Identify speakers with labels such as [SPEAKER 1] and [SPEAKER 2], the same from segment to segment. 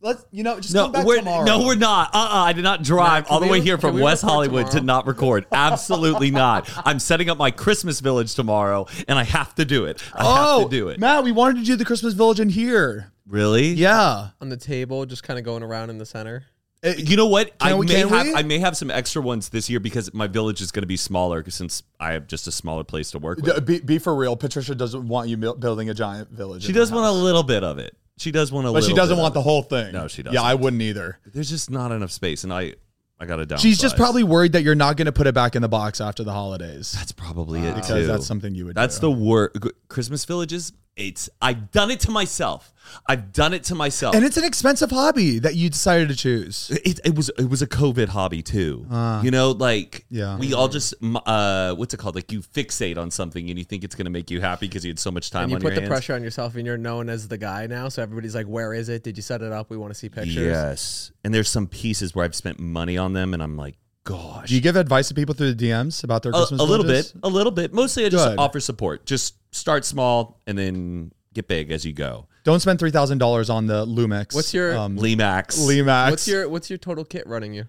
[SPEAKER 1] Let's you know just
[SPEAKER 2] No,
[SPEAKER 1] come back
[SPEAKER 2] we're
[SPEAKER 1] tomorrow.
[SPEAKER 2] no, we're not. Uh, uh I did not drive
[SPEAKER 1] Nah, can
[SPEAKER 2] all the
[SPEAKER 1] we-
[SPEAKER 2] way here
[SPEAKER 1] can
[SPEAKER 2] from
[SPEAKER 1] we
[SPEAKER 2] West
[SPEAKER 1] record
[SPEAKER 2] Hollywood to
[SPEAKER 1] tomorrow?
[SPEAKER 2] not record. Absolutely not. I'm setting up my Christmas village tomorrow, and I have to do it. I have to do it.
[SPEAKER 3] Oh, Matt, we wanted to do the Christmas Village in here.
[SPEAKER 2] Really?
[SPEAKER 3] Yeah.
[SPEAKER 4] on the table, just kind of going around in the center.
[SPEAKER 2] Uh, You know what? I
[SPEAKER 3] Can we-
[SPEAKER 2] may
[SPEAKER 3] can
[SPEAKER 2] have
[SPEAKER 3] we?
[SPEAKER 2] I may have some extra ones this year because my village is going to be smaller since I have just a smaller place to work with.
[SPEAKER 3] D- Be, be for real. Patricia doesn't want you mil- building a giant village.
[SPEAKER 2] She
[SPEAKER 3] in her
[SPEAKER 2] does want a
[SPEAKER 3] house.
[SPEAKER 2] little bit of it. She does want a
[SPEAKER 3] but
[SPEAKER 2] little
[SPEAKER 3] she doesn't
[SPEAKER 2] bit
[SPEAKER 3] want the
[SPEAKER 2] of
[SPEAKER 3] whole thing.
[SPEAKER 2] No, she
[SPEAKER 3] Yeah,
[SPEAKER 2] doesn't.
[SPEAKER 3] I wouldn't either.
[SPEAKER 2] it. There's just not enough space and I I got to downsize.
[SPEAKER 3] She's just probably worried that you're not going to put it back in the box after the holidays
[SPEAKER 2] That's probably it
[SPEAKER 3] because
[SPEAKER 2] too.
[SPEAKER 3] that's something you would.
[SPEAKER 2] That's the
[SPEAKER 3] do.
[SPEAKER 2] word. Christmas villages. It's. I've done it to myself. I've done it to myself.
[SPEAKER 3] and it's an expensive hobby that you decided to choose.
[SPEAKER 2] it, it was it was a COVID hobby too. you know, like
[SPEAKER 3] Yeah.
[SPEAKER 2] we all just m- uh, what's it called? Like you fixate on something and you think it's gonna make you happy because you had so much time
[SPEAKER 4] And you
[SPEAKER 2] on
[SPEAKER 4] put
[SPEAKER 2] your
[SPEAKER 4] the
[SPEAKER 2] hands.
[SPEAKER 4] pressure on yourself, and you're known as the guy now. So everybody's like, "Where is it? Did you set it up? We want to see pictures."
[SPEAKER 2] Yes, and there's some pieces where I've spent money on them, and I'm like, gosh,
[SPEAKER 3] Do you give advice to people through the DMs about their
[SPEAKER 2] a,
[SPEAKER 3] Christmas
[SPEAKER 2] a little
[SPEAKER 3] villages?
[SPEAKER 2] bit, a little bit. Mostly, I just
[SPEAKER 3] Good.
[SPEAKER 2] offer support. Just start small and then get big as you go.
[SPEAKER 3] Don't spend three thousand dollars on the um, Lumix.
[SPEAKER 4] What's your-
[SPEAKER 2] Lee Max,
[SPEAKER 3] Lemax?
[SPEAKER 4] What's your What's your total kit running you?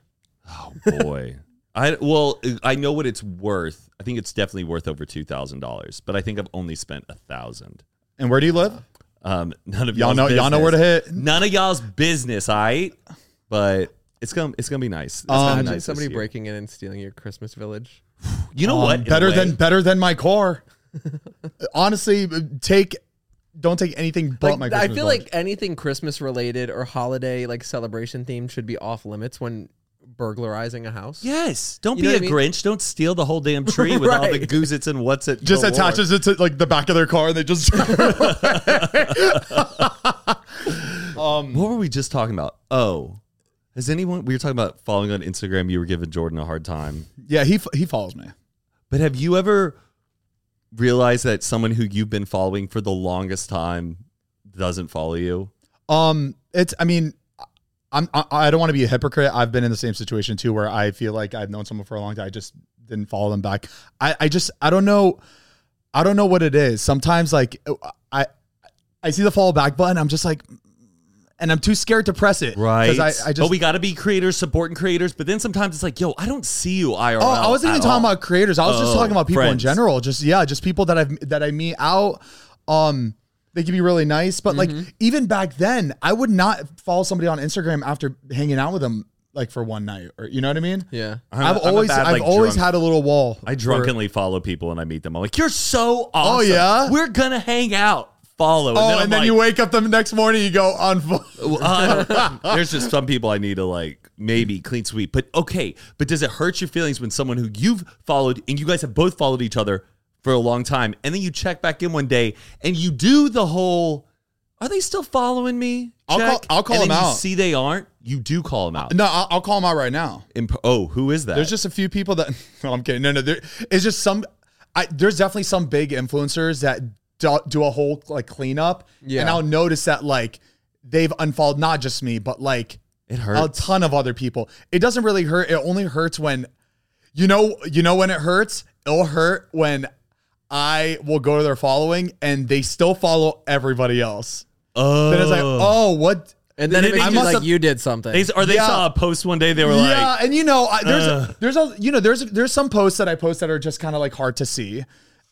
[SPEAKER 2] Oh boy. I well, I know what it's worth. I think it's definitely worth over two thousand dollars, but I think I've only spent a thousand.
[SPEAKER 3] and where do you live?
[SPEAKER 2] Um, none of
[SPEAKER 3] Y'all
[SPEAKER 2] y'all's
[SPEAKER 3] know. Y'all know where to
[SPEAKER 2] business.
[SPEAKER 3] hit.
[SPEAKER 2] None of y'all's business, I. But it's gonna it's gonna be nice. It's gonna be
[SPEAKER 3] Um,
[SPEAKER 2] nice
[SPEAKER 4] Imagine
[SPEAKER 2] this
[SPEAKER 4] somebody
[SPEAKER 2] year.
[SPEAKER 4] breaking in and stealing your Christmas village.
[SPEAKER 2] You know
[SPEAKER 3] Um,
[SPEAKER 2] what? In a
[SPEAKER 3] Better
[SPEAKER 2] way,
[SPEAKER 3] than better than my car. Honestly, take don't take anything but my.
[SPEAKER 4] Like,
[SPEAKER 3] Christmas
[SPEAKER 4] I feel
[SPEAKER 3] village.
[SPEAKER 4] like anything Christmas related or holiday like celebration themed should be off limits when burglarizing a house.
[SPEAKER 2] yes. Don't
[SPEAKER 4] You know
[SPEAKER 2] be
[SPEAKER 4] what
[SPEAKER 2] a
[SPEAKER 4] I mean?
[SPEAKER 2] Grinch. Don't steal the whole damn tree with all the
[SPEAKER 4] Right.
[SPEAKER 2] goose it's and what's it.
[SPEAKER 3] just
[SPEAKER 2] galore.
[SPEAKER 3] attaches it to like the back of their car and they just.
[SPEAKER 2] What were we just talking about? Oh, has anyone? We were talking about following on Instagram. You were giving Jordan a hard time.
[SPEAKER 3] yeah, he f- he follows me.
[SPEAKER 2] But have you ever realized that someone who you've been following for the longest time doesn't follow you?
[SPEAKER 3] Um, it's. I mean, I'm. I, I don't want to be a hypocrite. I've been in the same situation too, where I feel like I've known someone for a long time. I just didn't follow them back. I. I just. I don't know. I don't know what it is. Sometimes, like, I. I see the follow back button. I'm just like, and I'm too scared to press it. 'Cause I, I just.
[SPEAKER 2] but we got to be creators, supporting creators. But then sometimes it's like, yo, I don't see you IRL.
[SPEAKER 3] Oh, I wasn't even
[SPEAKER 2] at
[SPEAKER 3] talking
[SPEAKER 2] all.
[SPEAKER 3] about creators. I was just
[SPEAKER 2] Oh,
[SPEAKER 3] talking about people in
[SPEAKER 2] friends.
[SPEAKER 3] general. Just yeah, just people that I've that I meet out. Um, they can be really nice, but like even back then, I would not follow somebody on Instagram after hanging out with them like for one night, or you know what I mean.
[SPEAKER 4] Yeah.
[SPEAKER 2] I'm a-
[SPEAKER 3] I've
[SPEAKER 2] I'm a
[SPEAKER 3] always
[SPEAKER 2] bad,
[SPEAKER 3] I've
[SPEAKER 2] like,
[SPEAKER 3] always
[SPEAKER 2] drunk-
[SPEAKER 3] had a little wall.
[SPEAKER 2] I drunkenly follow people and I meet them. I'm like, you're so awesome.
[SPEAKER 3] yeah?
[SPEAKER 2] we're gonna hang out. Follow.
[SPEAKER 3] oh,
[SPEAKER 2] I'm
[SPEAKER 3] and then
[SPEAKER 2] like,
[SPEAKER 3] you wake up the next morning, you go on.
[SPEAKER 2] Uh, there's just some people I need to like maybe clean sweep. But okay, but does it hurt your feelings when someone who you've followed and you guys have both followed each other for a long time and then you check back in one day and you do the whole are they still following me?
[SPEAKER 3] I'll call-
[SPEAKER 2] check,
[SPEAKER 3] I'll call
[SPEAKER 2] and then
[SPEAKER 3] them
[SPEAKER 2] you
[SPEAKER 3] out.
[SPEAKER 2] See they aren't. You do call them out.
[SPEAKER 3] No, I'll, I'll call them out right now.
[SPEAKER 2] Imp- oh, who is that?
[SPEAKER 3] There's just a few people that. No, I'm kidding. No, no. There, it's just some. I, there's definitely some big influencers that do, do a whole like cleanup,
[SPEAKER 4] Yeah.
[SPEAKER 3] and I'll notice that like they've unfollowed not just me, but like
[SPEAKER 2] it
[SPEAKER 3] a
[SPEAKER 2] hurts.
[SPEAKER 3] ton of other people. It doesn't really hurt. It only hurts when, you know, you know when it hurts. It'll hurt when I will go to their following and they still follow everybody else.
[SPEAKER 2] oh,
[SPEAKER 3] Then it's like, oh, what?
[SPEAKER 4] And then
[SPEAKER 2] Then
[SPEAKER 4] it
[SPEAKER 2] it
[SPEAKER 4] makes
[SPEAKER 2] is
[SPEAKER 4] you
[SPEAKER 3] just-
[SPEAKER 4] like you did something.
[SPEAKER 2] they, or they
[SPEAKER 3] yeah.
[SPEAKER 2] saw a post one day. They were
[SPEAKER 3] yeah,
[SPEAKER 2] like,
[SPEAKER 3] and you know, I, there's
[SPEAKER 2] uh.
[SPEAKER 3] there's a you know there's there's some posts that I post that are just kind of like hard to see,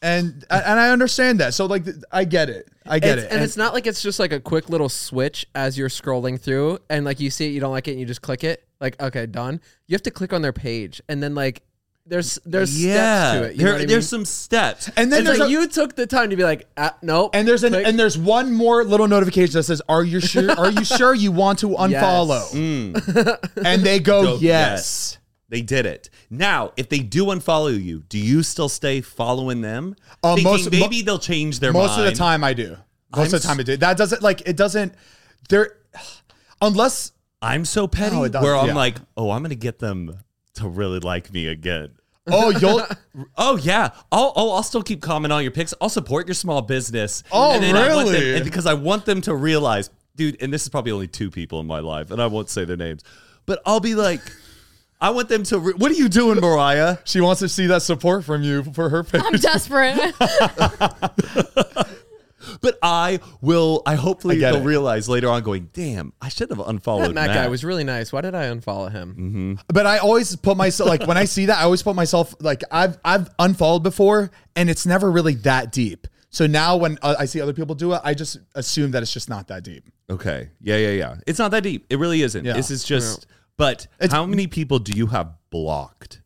[SPEAKER 3] and and I understand that. So like th- I get it, I get
[SPEAKER 4] It's-
[SPEAKER 3] it.
[SPEAKER 4] And, it's not like it's just like a quick little switch as you're scrolling through and like you see it, you don't like it, and you just click it. Like, okay, done. You have to click on their page and then like there's there's
[SPEAKER 2] yeah.
[SPEAKER 4] steps to it. You know
[SPEAKER 2] there,
[SPEAKER 4] what I mean?
[SPEAKER 2] there's some steps.
[SPEAKER 3] And then
[SPEAKER 4] It's
[SPEAKER 3] there's
[SPEAKER 4] like
[SPEAKER 3] a-
[SPEAKER 4] you took the time to be like, ah, nope.
[SPEAKER 3] and there's an
[SPEAKER 4] click.
[SPEAKER 3] and there's one more little notification that says, "Are you sure? Are you sure you want to unfollow?"
[SPEAKER 4] Mm.
[SPEAKER 3] and they go,
[SPEAKER 2] Go,
[SPEAKER 3] yes.
[SPEAKER 2] They did it. Now, if they do unfollow you, do you still stay following them?
[SPEAKER 3] Uh,
[SPEAKER 2] Thinking
[SPEAKER 3] most- mo-
[SPEAKER 2] maybe they'll change their
[SPEAKER 3] Most
[SPEAKER 2] mind.
[SPEAKER 3] of the time, I do. Most
[SPEAKER 2] I'm
[SPEAKER 3] of the time, I do. That doesn't like it doesn't. There, unless
[SPEAKER 2] I'm so petty
[SPEAKER 3] No, it doesn't.
[SPEAKER 2] where I'm
[SPEAKER 3] Yeah.
[SPEAKER 2] like, oh, I'm gonna get them to really like me again.
[SPEAKER 3] oh you'll
[SPEAKER 2] Oh yeah. I'll oh I'll still keep commenting on your pics. I'll support your small business.
[SPEAKER 3] Oh,
[SPEAKER 2] and then I want them-
[SPEAKER 3] really?
[SPEAKER 2] and because I want them to realize, dude. And this is probably only two people in my life, and I won't say their names, but I'll be like, I want them to. Re- what are you doing, Mariah?
[SPEAKER 3] she wants to see that support from you for her page.
[SPEAKER 5] I'm desperate.
[SPEAKER 2] But I will. I hopefully
[SPEAKER 3] I get
[SPEAKER 2] they'll
[SPEAKER 3] it.
[SPEAKER 2] realize later on. Going, damn, I should have unfollowed
[SPEAKER 4] That Matt guy was really nice. Why did I unfollow him?
[SPEAKER 3] But I always put myself like when I see that, I always put myself like I've I've unfollowed before, and it's never really that deep. So now when uh, I see other people do it, I just assume that it's just not that deep.
[SPEAKER 2] Okay. Yeah, yeah, yeah. It's not that deep. It really isn't.
[SPEAKER 3] Yeah.
[SPEAKER 2] This is just. But
[SPEAKER 3] It's-
[SPEAKER 2] how many people do you have blocked?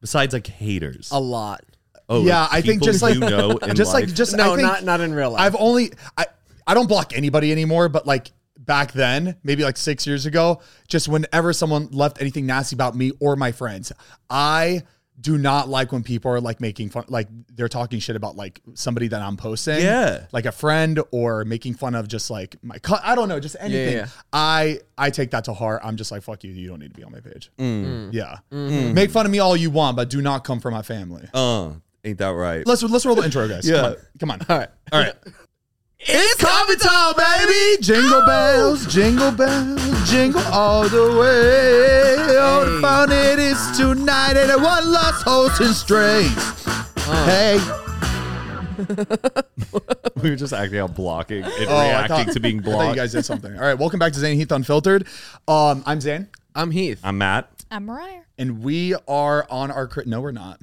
[SPEAKER 2] Besides, like haters.
[SPEAKER 4] A lot.
[SPEAKER 2] Oh,
[SPEAKER 3] yeah, I think
[SPEAKER 2] people
[SPEAKER 3] just like
[SPEAKER 2] you know, in
[SPEAKER 3] just like
[SPEAKER 2] life.
[SPEAKER 3] just
[SPEAKER 4] No,
[SPEAKER 3] I think
[SPEAKER 4] not not in real life.
[SPEAKER 3] I've only I I don't block anybody anymore, but like back then, maybe like six years ago, just whenever someone left anything nasty about me or my friends, I do not like when people are like making fun, like they're talking shit about like somebody that I'm posting,
[SPEAKER 2] Yeah.
[SPEAKER 3] like a friend or making fun of just like my cut. I don't know, just anything.
[SPEAKER 4] yeah.
[SPEAKER 3] I I take that to heart. I'm just like fuck you. You don't need to be on my page.
[SPEAKER 4] Mm.
[SPEAKER 3] Yeah, make fun of me all you want, but do not come for my family.
[SPEAKER 4] Oh.
[SPEAKER 2] Uh, ain't that right?
[SPEAKER 3] Let's let's roll the intro, guys.
[SPEAKER 2] Yeah.
[SPEAKER 3] come on. Come on.
[SPEAKER 4] All right.
[SPEAKER 3] All right. It's coffee time, baby! Jingle bells, jingle bells, jingle all the way. Oh, the fun it is tonight, and one lost host and strays.
[SPEAKER 2] Oh.
[SPEAKER 3] Hey,
[SPEAKER 2] We were just acting out blocking and
[SPEAKER 3] Oh, I
[SPEAKER 2] reacting
[SPEAKER 3] thought-
[SPEAKER 2] to being
[SPEAKER 3] I thought you
[SPEAKER 2] blocked.
[SPEAKER 3] guys did something. All right, welcome back to Zane Heath Unfiltered. Um, I'm Zane,
[SPEAKER 4] I'm Heath.
[SPEAKER 2] I'm Matt.
[SPEAKER 5] I'm Mariah.
[SPEAKER 3] and we are on our crit. No, we're not.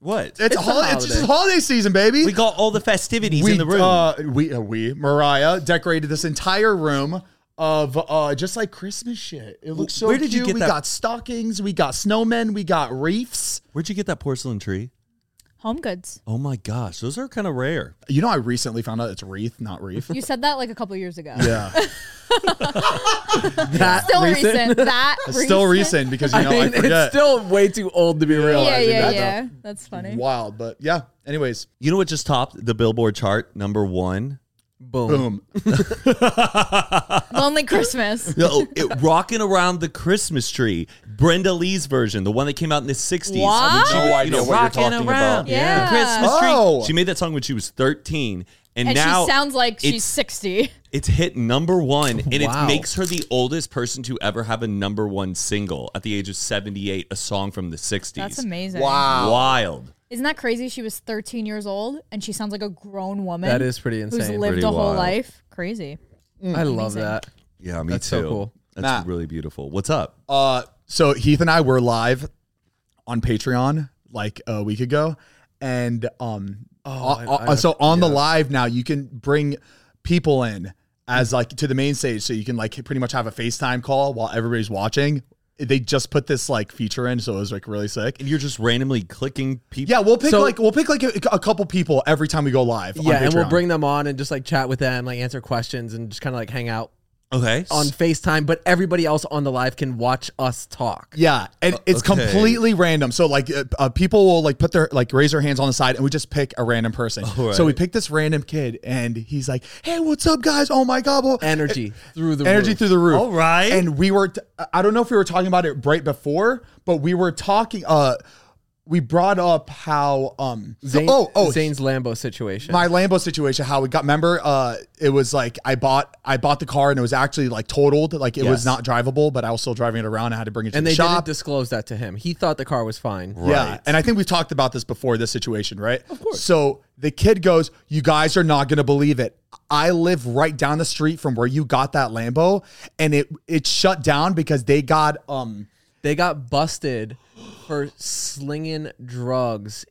[SPEAKER 2] What?
[SPEAKER 3] It's,
[SPEAKER 4] a
[SPEAKER 3] hol- it's
[SPEAKER 4] holiday.
[SPEAKER 3] just holiday season, baby.
[SPEAKER 2] we got all the festivities in the room.
[SPEAKER 3] Uh, we, uh, we, Mariah decorated this entire room of uh, just like Christmas shit. It looks so
[SPEAKER 2] Where did you
[SPEAKER 3] cute.
[SPEAKER 2] get
[SPEAKER 3] we
[SPEAKER 2] that-
[SPEAKER 3] got stockings, we got snowmen, we got reefs.
[SPEAKER 2] Where'd you get that porcelain tree?
[SPEAKER 5] Home goods.
[SPEAKER 2] Oh my gosh, those are kind of rare.
[SPEAKER 3] You know, I recently found out it's wreath, not reef.
[SPEAKER 5] You said that like a couple years ago.
[SPEAKER 3] Yeah,
[SPEAKER 4] That
[SPEAKER 5] Still recent. That
[SPEAKER 3] it's still recent because you know I,
[SPEAKER 4] I mean,
[SPEAKER 3] forget.
[SPEAKER 4] it's still way too old to be real.
[SPEAKER 5] Yeah,
[SPEAKER 3] realizing
[SPEAKER 5] yeah,
[SPEAKER 3] that,
[SPEAKER 5] yeah. That's funny.
[SPEAKER 3] Wild, but yeah. Anyways,
[SPEAKER 2] You know what just topped the Billboard chart? Number one.
[SPEAKER 4] Boom.
[SPEAKER 3] boom.
[SPEAKER 5] Lonely Christmas.
[SPEAKER 2] No, Oh, it, rocking around the Christmas tree, Brenda Lee's version, the one that came out in the '60s.
[SPEAKER 5] What?
[SPEAKER 2] When she
[SPEAKER 5] No
[SPEAKER 2] was,
[SPEAKER 6] idea what you're
[SPEAKER 2] rocking around
[SPEAKER 6] talking about.
[SPEAKER 5] Yeah.
[SPEAKER 2] the Christmas tree.
[SPEAKER 3] Oh.
[SPEAKER 2] She made that song when she was 13, and,
[SPEAKER 5] And
[SPEAKER 2] now
[SPEAKER 5] she sounds like she's
[SPEAKER 2] it's-
[SPEAKER 5] 60.
[SPEAKER 2] It's hit number one, and
[SPEAKER 4] Wow.
[SPEAKER 2] it makes her the oldest person to ever have a number one single at the age of 78, a song from the 60s.
[SPEAKER 5] That's amazing.
[SPEAKER 2] Wild.
[SPEAKER 5] Isn't that crazy? She was 13 years old and she sounds like a grown woman.
[SPEAKER 4] That is pretty
[SPEAKER 5] Who's
[SPEAKER 4] insane.
[SPEAKER 5] lived
[SPEAKER 2] Pretty
[SPEAKER 5] a whole
[SPEAKER 2] wild.
[SPEAKER 5] life. Crazy.
[SPEAKER 4] I love that.
[SPEAKER 2] Yeah, me
[SPEAKER 4] That's
[SPEAKER 2] too.
[SPEAKER 4] so cool.
[SPEAKER 2] That's
[SPEAKER 3] Matt.
[SPEAKER 2] really beautiful. What's up?
[SPEAKER 3] Uh, so Heath and I were live on Patreon like a week ago, and um,
[SPEAKER 4] Oh,
[SPEAKER 3] uh, uh, so on the live now you can bring people in as like to the main stage, so you can like pretty much have a FaceTime call while everybody's watching. They just put this like feature in, so it was like really sick.
[SPEAKER 2] and you're just randomly clicking people.
[SPEAKER 3] Yeah, we'll pick
[SPEAKER 4] So-
[SPEAKER 3] like we'll pick like a, a couple people every time we go live. on
[SPEAKER 4] Yeah, and we'll
[SPEAKER 3] Patreon.
[SPEAKER 4] bring them on and just like chat with them, like answer questions, and just kind of like hang out
[SPEAKER 2] Okay.
[SPEAKER 4] on FaceTime. But everybody else on the live can watch us talk.
[SPEAKER 3] Yeah,
[SPEAKER 4] Uh,
[SPEAKER 3] and it's
[SPEAKER 2] okay.
[SPEAKER 3] completely random. So like, uh, uh, people will like put their like raise their hands on the side, and we just pick a random person. So we pick this random kid, and he's like, "Hey, what's up, guys? Oh my god, well,
[SPEAKER 4] Energy through the
[SPEAKER 3] energy
[SPEAKER 4] roof.
[SPEAKER 3] through the roof!"
[SPEAKER 2] All right.
[SPEAKER 3] And we were, t- I don't know if we were talking about it right before, but we were talking. Uh, we brought up how um,
[SPEAKER 4] Zane,
[SPEAKER 3] oh oh
[SPEAKER 4] Zane's Lambo situation.
[SPEAKER 3] my Lambo situation, how we got. Remember, uh, it was like I bought I bought the car, and it was actually like totaled, like it was
[SPEAKER 4] Yes.
[SPEAKER 3] not drivable, but I was still driving it around. I had to bring it to
[SPEAKER 4] and
[SPEAKER 3] the
[SPEAKER 4] they
[SPEAKER 3] shop.
[SPEAKER 4] didn't disclose that to him. He thought the car was fine.
[SPEAKER 3] Yeah. And I think we've talked about this before, this situation, right? Of course. So the kid goes, You guys are not gonna believe it. I live right down the street from where you got that Lambo, and it it shut down because they got um
[SPEAKER 4] They got busted for slinging drugs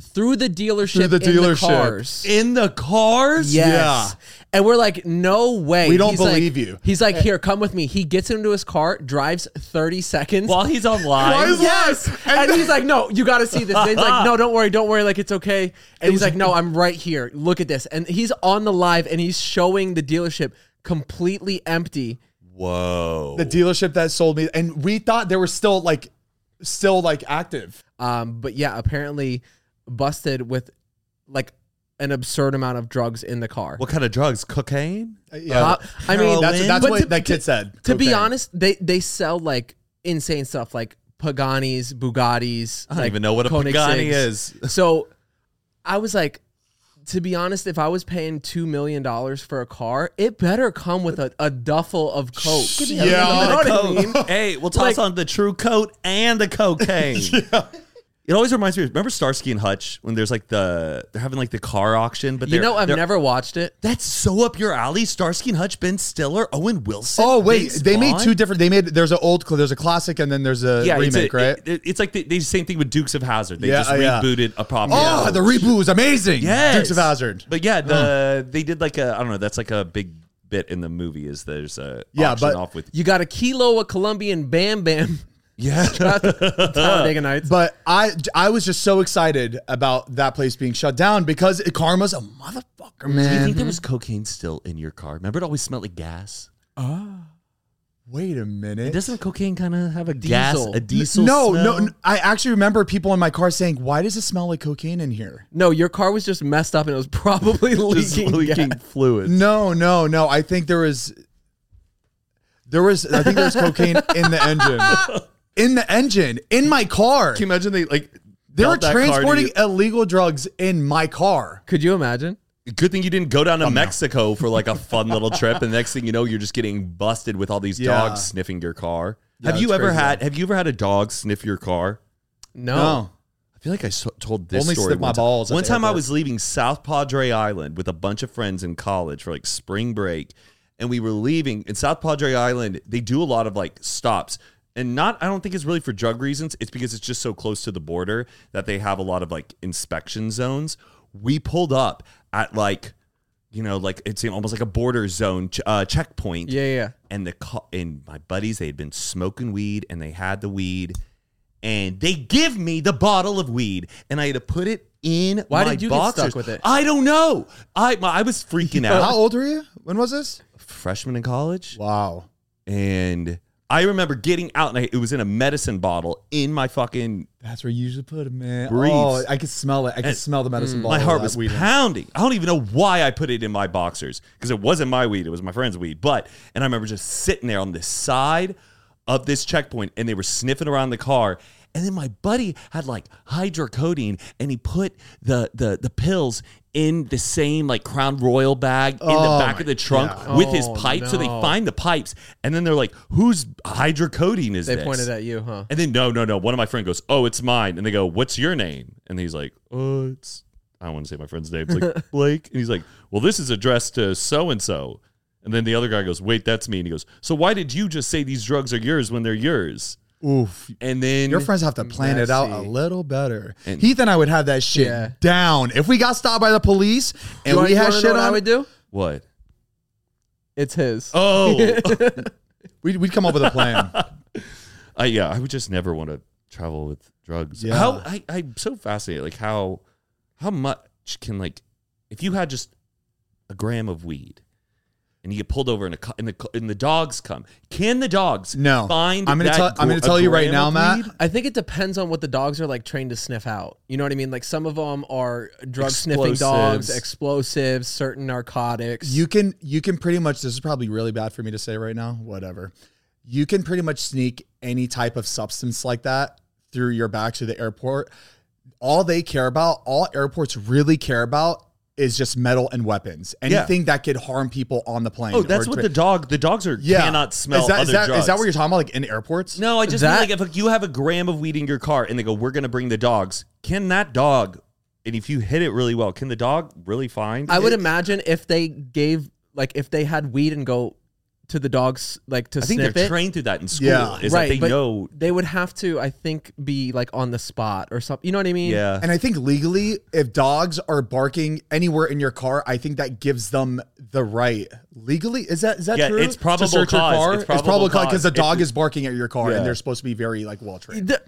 [SPEAKER 4] through the dealership.
[SPEAKER 3] Through the
[SPEAKER 4] in
[SPEAKER 3] dealership.
[SPEAKER 4] cars.
[SPEAKER 2] in the cars?
[SPEAKER 4] Yes. And we're like, no way.
[SPEAKER 3] We don't
[SPEAKER 4] like-
[SPEAKER 3] believe you. Eh.
[SPEAKER 4] He's like, here, come with me. He gets into his car, drives 30 seconds.
[SPEAKER 2] While he's online.
[SPEAKER 4] yes. And he's like, no, you got to see this. And he's like, no, don't worry. Don't worry. Like, it's okay. And he's like, no, I'm right here. Look at this. And he's on the live and he's showing the dealership completely empty.
[SPEAKER 2] Whoa.
[SPEAKER 3] the dealership that sold me, and we thought they were still like still like active.
[SPEAKER 4] Um, but yeah, apparently busted with like an absurd amount of drugs in the car.
[SPEAKER 2] What kind of drugs? Cocaine?
[SPEAKER 3] yeah.
[SPEAKER 4] Uh, I mean,
[SPEAKER 3] that's that's
[SPEAKER 4] but
[SPEAKER 3] what
[SPEAKER 4] to-
[SPEAKER 3] that kid said.
[SPEAKER 4] To be
[SPEAKER 3] Cocaine.
[SPEAKER 4] honest, they they sell like insane stuff like Pagani's, Bugattis.
[SPEAKER 2] I don't even know what a Pagani is.
[SPEAKER 4] So I was like, to be honest, if I was paying two million dollars for a car, it better come with a, a duffel of coke.
[SPEAKER 3] a Yeah. little bit of
[SPEAKER 4] You know what I mean?
[SPEAKER 2] hey, we'll toss
[SPEAKER 4] Like-
[SPEAKER 2] on the true coat and the cocaine. It always reminds me. Remember Starsky and Hutch when there's like the they're having like the car auction, but
[SPEAKER 4] You
[SPEAKER 2] they're-
[SPEAKER 4] know, I've
[SPEAKER 2] they're-
[SPEAKER 4] never watched it.
[SPEAKER 2] That's so up your alley. Starsky and Hutch, Ben Stiller, Owen Wilson.
[SPEAKER 3] Oh wait,
[SPEAKER 2] Big
[SPEAKER 3] they made
[SPEAKER 2] Spawn?
[SPEAKER 3] two different. They made there's an old, cl- there's a classic, and then there's a
[SPEAKER 2] Yeah, it's a-
[SPEAKER 3] remake, right?
[SPEAKER 2] it- it's like the, the same thing with Dukes of Hazard. They
[SPEAKER 3] Yeah,
[SPEAKER 2] just
[SPEAKER 3] uh, yeah.
[SPEAKER 2] rebooted a property.
[SPEAKER 3] oh, the reboot was amazing.
[SPEAKER 2] Yes.
[SPEAKER 3] Dukes of Hazard.
[SPEAKER 2] But yeah, the they did like a I don't know. That's like a big bit in the movie. Is there's a
[SPEAKER 3] Yeah,
[SPEAKER 2] auction
[SPEAKER 3] but-
[SPEAKER 2] off with
[SPEAKER 4] You got a kilo of Colombian Bam Bam.
[SPEAKER 2] yeah.
[SPEAKER 4] Talladega Nights.
[SPEAKER 3] But I, I was just so excited about that place being shut down because Karma's a motherfucker,
[SPEAKER 2] Do you
[SPEAKER 3] man.
[SPEAKER 2] think there was cocaine still in your car? Remember, it always smelled like gas.
[SPEAKER 3] Wait a minute.
[SPEAKER 2] Doesn't cocaine kind of have a
[SPEAKER 4] Diesel.
[SPEAKER 2] gas, a diesel?
[SPEAKER 3] no,
[SPEAKER 2] smell?
[SPEAKER 3] no, no. I actually remember people in my car saying, "Why does it smell like cocaine in here?"
[SPEAKER 4] No, your car was just messed up and it was probably
[SPEAKER 2] Just
[SPEAKER 4] leaking.
[SPEAKER 2] leaking
[SPEAKER 4] gas.
[SPEAKER 2] fluids.
[SPEAKER 3] No, no, no. I think there was there was I think there was cocaine in the engine. In the engine, in my car.
[SPEAKER 2] Can you imagine they like
[SPEAKER 3] They were
[SPEAKER 2] belt that car to
[SPEAKER 3] transporting
[SPEAKER 2] you?
[SPEAKER 3] illegal drugs in my car.
[SPEAKER 4] Could you imagine?
[SPEAKER 2] Good thing you didn't go
[SPEAKER 3] Oh,
[SPEAKER 2] down to Mexico for like a fun little trip, and next thing you know, you're just getting busted with all these
[SPEAKER 3] Yeah.
[SPEAKER 2] dogs sniffing your car.
[SPEAKER 3] Yeah,
[SPEAKER 2] have you
[SPEAKER 3] it's
[SPEAKER 2] ever
[SPEAKER 3] crazy.
[SPEAKER 2] had? Have you ever had a dog sniff your car?
[SPEAKER 4] No.
[SPEAKER 2] Oh. I feel like I so- told this
[SPEAKER 3] Only
[SPEAKER 2] story.
[SPEAKER 3] sniff my
[SPEAKER 2] one time.
[SPEAKER 3] balls at
[SPEAKER 2] One
[SPEAKER 3] the
[SPEAKER 2] time I
[SPEAKER 3] airport.
[SPEAKER 2] was leaving South Padre Island with a bunch of friends in college for like spring break, and we were leaving in South Padre Island. They do a lot of like stops, and not I don't think it's really for drug reasons. It's because it's just so close to the border that they have a lot of like inspection zones. We pulled up at like, you know, like it's in almost like a border zone ch- uh, checkpoint
[SPEAKER 4] Yeah, yeah, yeah.
[SPEAKER 2] and the co- and my buddies they had been smoking weed and they had the weed and they give me the bottle of weed and I had to put it in
[SPEAKER 4] Why
[SPEAKER 2] my
[SPEAKER 4] did you get
[SPEAKER 2] boxers.
[SPEAKER 4] stuck with it?
[SPEAKER 2] I don't know. I my, I was freaking out.
[SPEAKER 3] How old were you? When was this?
[SPEAKER 2] Freshman in college
[SPEAKER 3] Wow.
[SPEAKER 2] and I remember getting out and I, it was in a medicine bottle in my fucking
[SPEAKER 3] That's where you usually put it, man.
[SPEAKER 2] Breathe.
[SPEAKER 3] Oh, I could smell it. I could smell the
[SPEAKER 4] mm,
[SPEAKER 3] medicine ball.
[SPEAKER 2] my
[SPEAKER 3] of
[SPEAKER 2] heart
[SPEAKER 3] that
[SPEAKER 2] was
[SPEAKER 3] weed.
[SPEAKER 2] pounding. I don't even know why I put it in my boxers because it wasn't my weed; it was my friend's weed. But and I remember just sitting there on the side of this checkpoint, and they were sniffing around the car. And then my buddy had like hydrocodone, and he put the the the pills in the same like Crown Royal bag in the back of the trunk with his
[SPEAKER 4] Oh,
[SPEAKER 2] pipe. So they
[SPEAKER 4] no.
[SPEAKER 2] find the pipes, and then they're like, "Whose hydrocodone is
[SPEAKER 4] They
[SPEAKER 2] this?"
[SPEAKER 4] pointed at you, huh?
[SPEAKER 2] And then no, no, no. One of my friend goes, "Oh, it's mine." And they go, "What's your name?" And he's like, "Oh, it's I don't want to say my friend's name. It's like Blake." And he's like, "Well, this is addressed to so and so." And then the other guy goes, "Wait, that's me." And he goes, "So why did you just say these drugs are yours when they're yours?"
[SPEAKER 3] Oof.
[SPEAKER 2] And then
[SPEAKER 3] Your friends have to plan it out a
[SPEAKER 4] Messy.
[SPEAKER 3] little better.
[SPEAKER 2] And-
[SPEAKER 3] Heath and I would have that shit
[SPEAKER 4] Yeah.
[SPEAKER 3] down. If we got stopped by the police
[SPEAKER 4] You
[SPEAKER 3] and
[SPEAKER 4] wanna-
[SPEAKER 3] we
[SPEAKER 4] you
[SPEAKER 3] had
[SPEAKER 4] wanna know
[SPEAKER 3] shit
[SPEAKER 4] what I
[SPEAKER 3] on,
[SPEAKER 4] would do?
[SPEAKER 2] what?
[SPEAKER 4] It's his.
[SPEAKER 2] Oh,
[SPEAKER 3] we'd, we'd come up with a plan.
[SPEAKER 2] I, yeah. I would just never want to travel with drugs.
[SPEAKER 3] Yeah.
[SPEAKER 2] How I, I'm so fascinated. Like how how much can like if you had just a gram of weed. And you get pulled over, and, a, co- and, the, co- and the dogs come. Can the dogs
[SPEAKER 3] No,
[SPEAKER 2] find?
[SPEAKER 3] I'm gonna
[SPEAKER 2] that
[SPEAKER 3] tell. I'm
[SPEAKER 2] gr-
[SPEAKER 3] gonna
[SPEAKER 2] a
[SPEAKER 3] tell you right
[SPEAKER 2] gram
[SPEAKER 3] now,
[SPEAKER 2] of
[SPEAKER 3] Matt.
[SPEAKER 2] weed?
[SPEAKER 4] I think it depends on what the dogs are like trained to sniff out. You know what I mean? Like some of them are drug sniffing dogs,
[SPEAKER 2] Explosives.
[SPEAKER 4] explosives, certain narcotics.
[SPEAKER 3] You can. You can pretty much. This is probably really bad for me to say right now. Whatever. You can pretty much sneak any type of substance like that through your back to the airport. All they care about, all airports really care about, is just metal and weapons.
[SPEAKER 2] Yeah.
[SPEAKER 3] Anything that could harm people on the plane.
[SPEAKER 2] Oh, that's
[SPEAKER 3] or-
[SPEAKER 2] what the dog. The dogs are
[SPEAKER 3] Yeah.
[SPEAKER 2] cannot smell
[SPEAKER 3] Is that, is
[SPEAKER 2] other
[SPEAKER 3] that-
[SPEAKER 2] drugs.
[SPEAKER 3] is that what you're talking about? Like in airports?
[SPEAKER 2] No, I just
[SPEAKER 4] That-
[SPEAKER 2] mean like if you have a gram of weed in your car and they go, "We're gonna bring the dogs." Can that dog? And if you hit it really well, can the dog really find?
[SPEAKER 4] I would
[SPEAKER 2] it?
[SPEAKER 4] imagine if they gave like if they had weed and go to the dogs like to
[SPEAKER 2] I think
[SPEAKER 4] sniff
[SPEAKER 2] they're
[SPEAKER 4] it.
[SPEAKER 2] trained through that in school.
[SPEAKER 3] Yeah.
[SPEAKER 2] is
[SPEAKER 4] right,
[SPEAKER 2] that they
[SPEAKER 4] but
[SPEAKER 2] know?
[SPEAKER 4] they would have to, I think, be like on the spot or something. You know what I mean?
[SPEAKER 2] Yeah,
[SPEAKER 3] And I think legally, if dogs are barking anywhere in your car, I think that gives them the right. Legally, is that is that
[SPEAKER 2] Yeah,
[SPEAKER 3] true?
[SPEAKER 2] it's probable
[SPEAKER 3] to search your
[SPEAKER 2] cause.
[SPEAKER 3] car?
[SPEAKER 2] It's
[SPEAKER 3] It's probable,
[SPEAKER 2] probable
[SPEAKER 3] cause
[SPEAKER 2] cause.
[SPEAKER 3] because the dog
[SPEAKER 2] It-
[SPEAKER 3] is barking at your car
[SPEAKER 2] Yeah.
[SPEAKER 3] and they're supposed to be very like well trained.
[SPEAKER 4] The-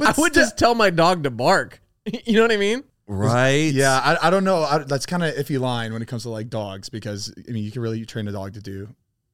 [SPEAKER 4] I would just tell my dog to bark. you know what I mean?
[SPEAKER 2] right.
[SPEAKER 3] Yeah, I, I don't know. I, that's kind of iffy line when it comes to like dogs because I mean you can really train a dog to do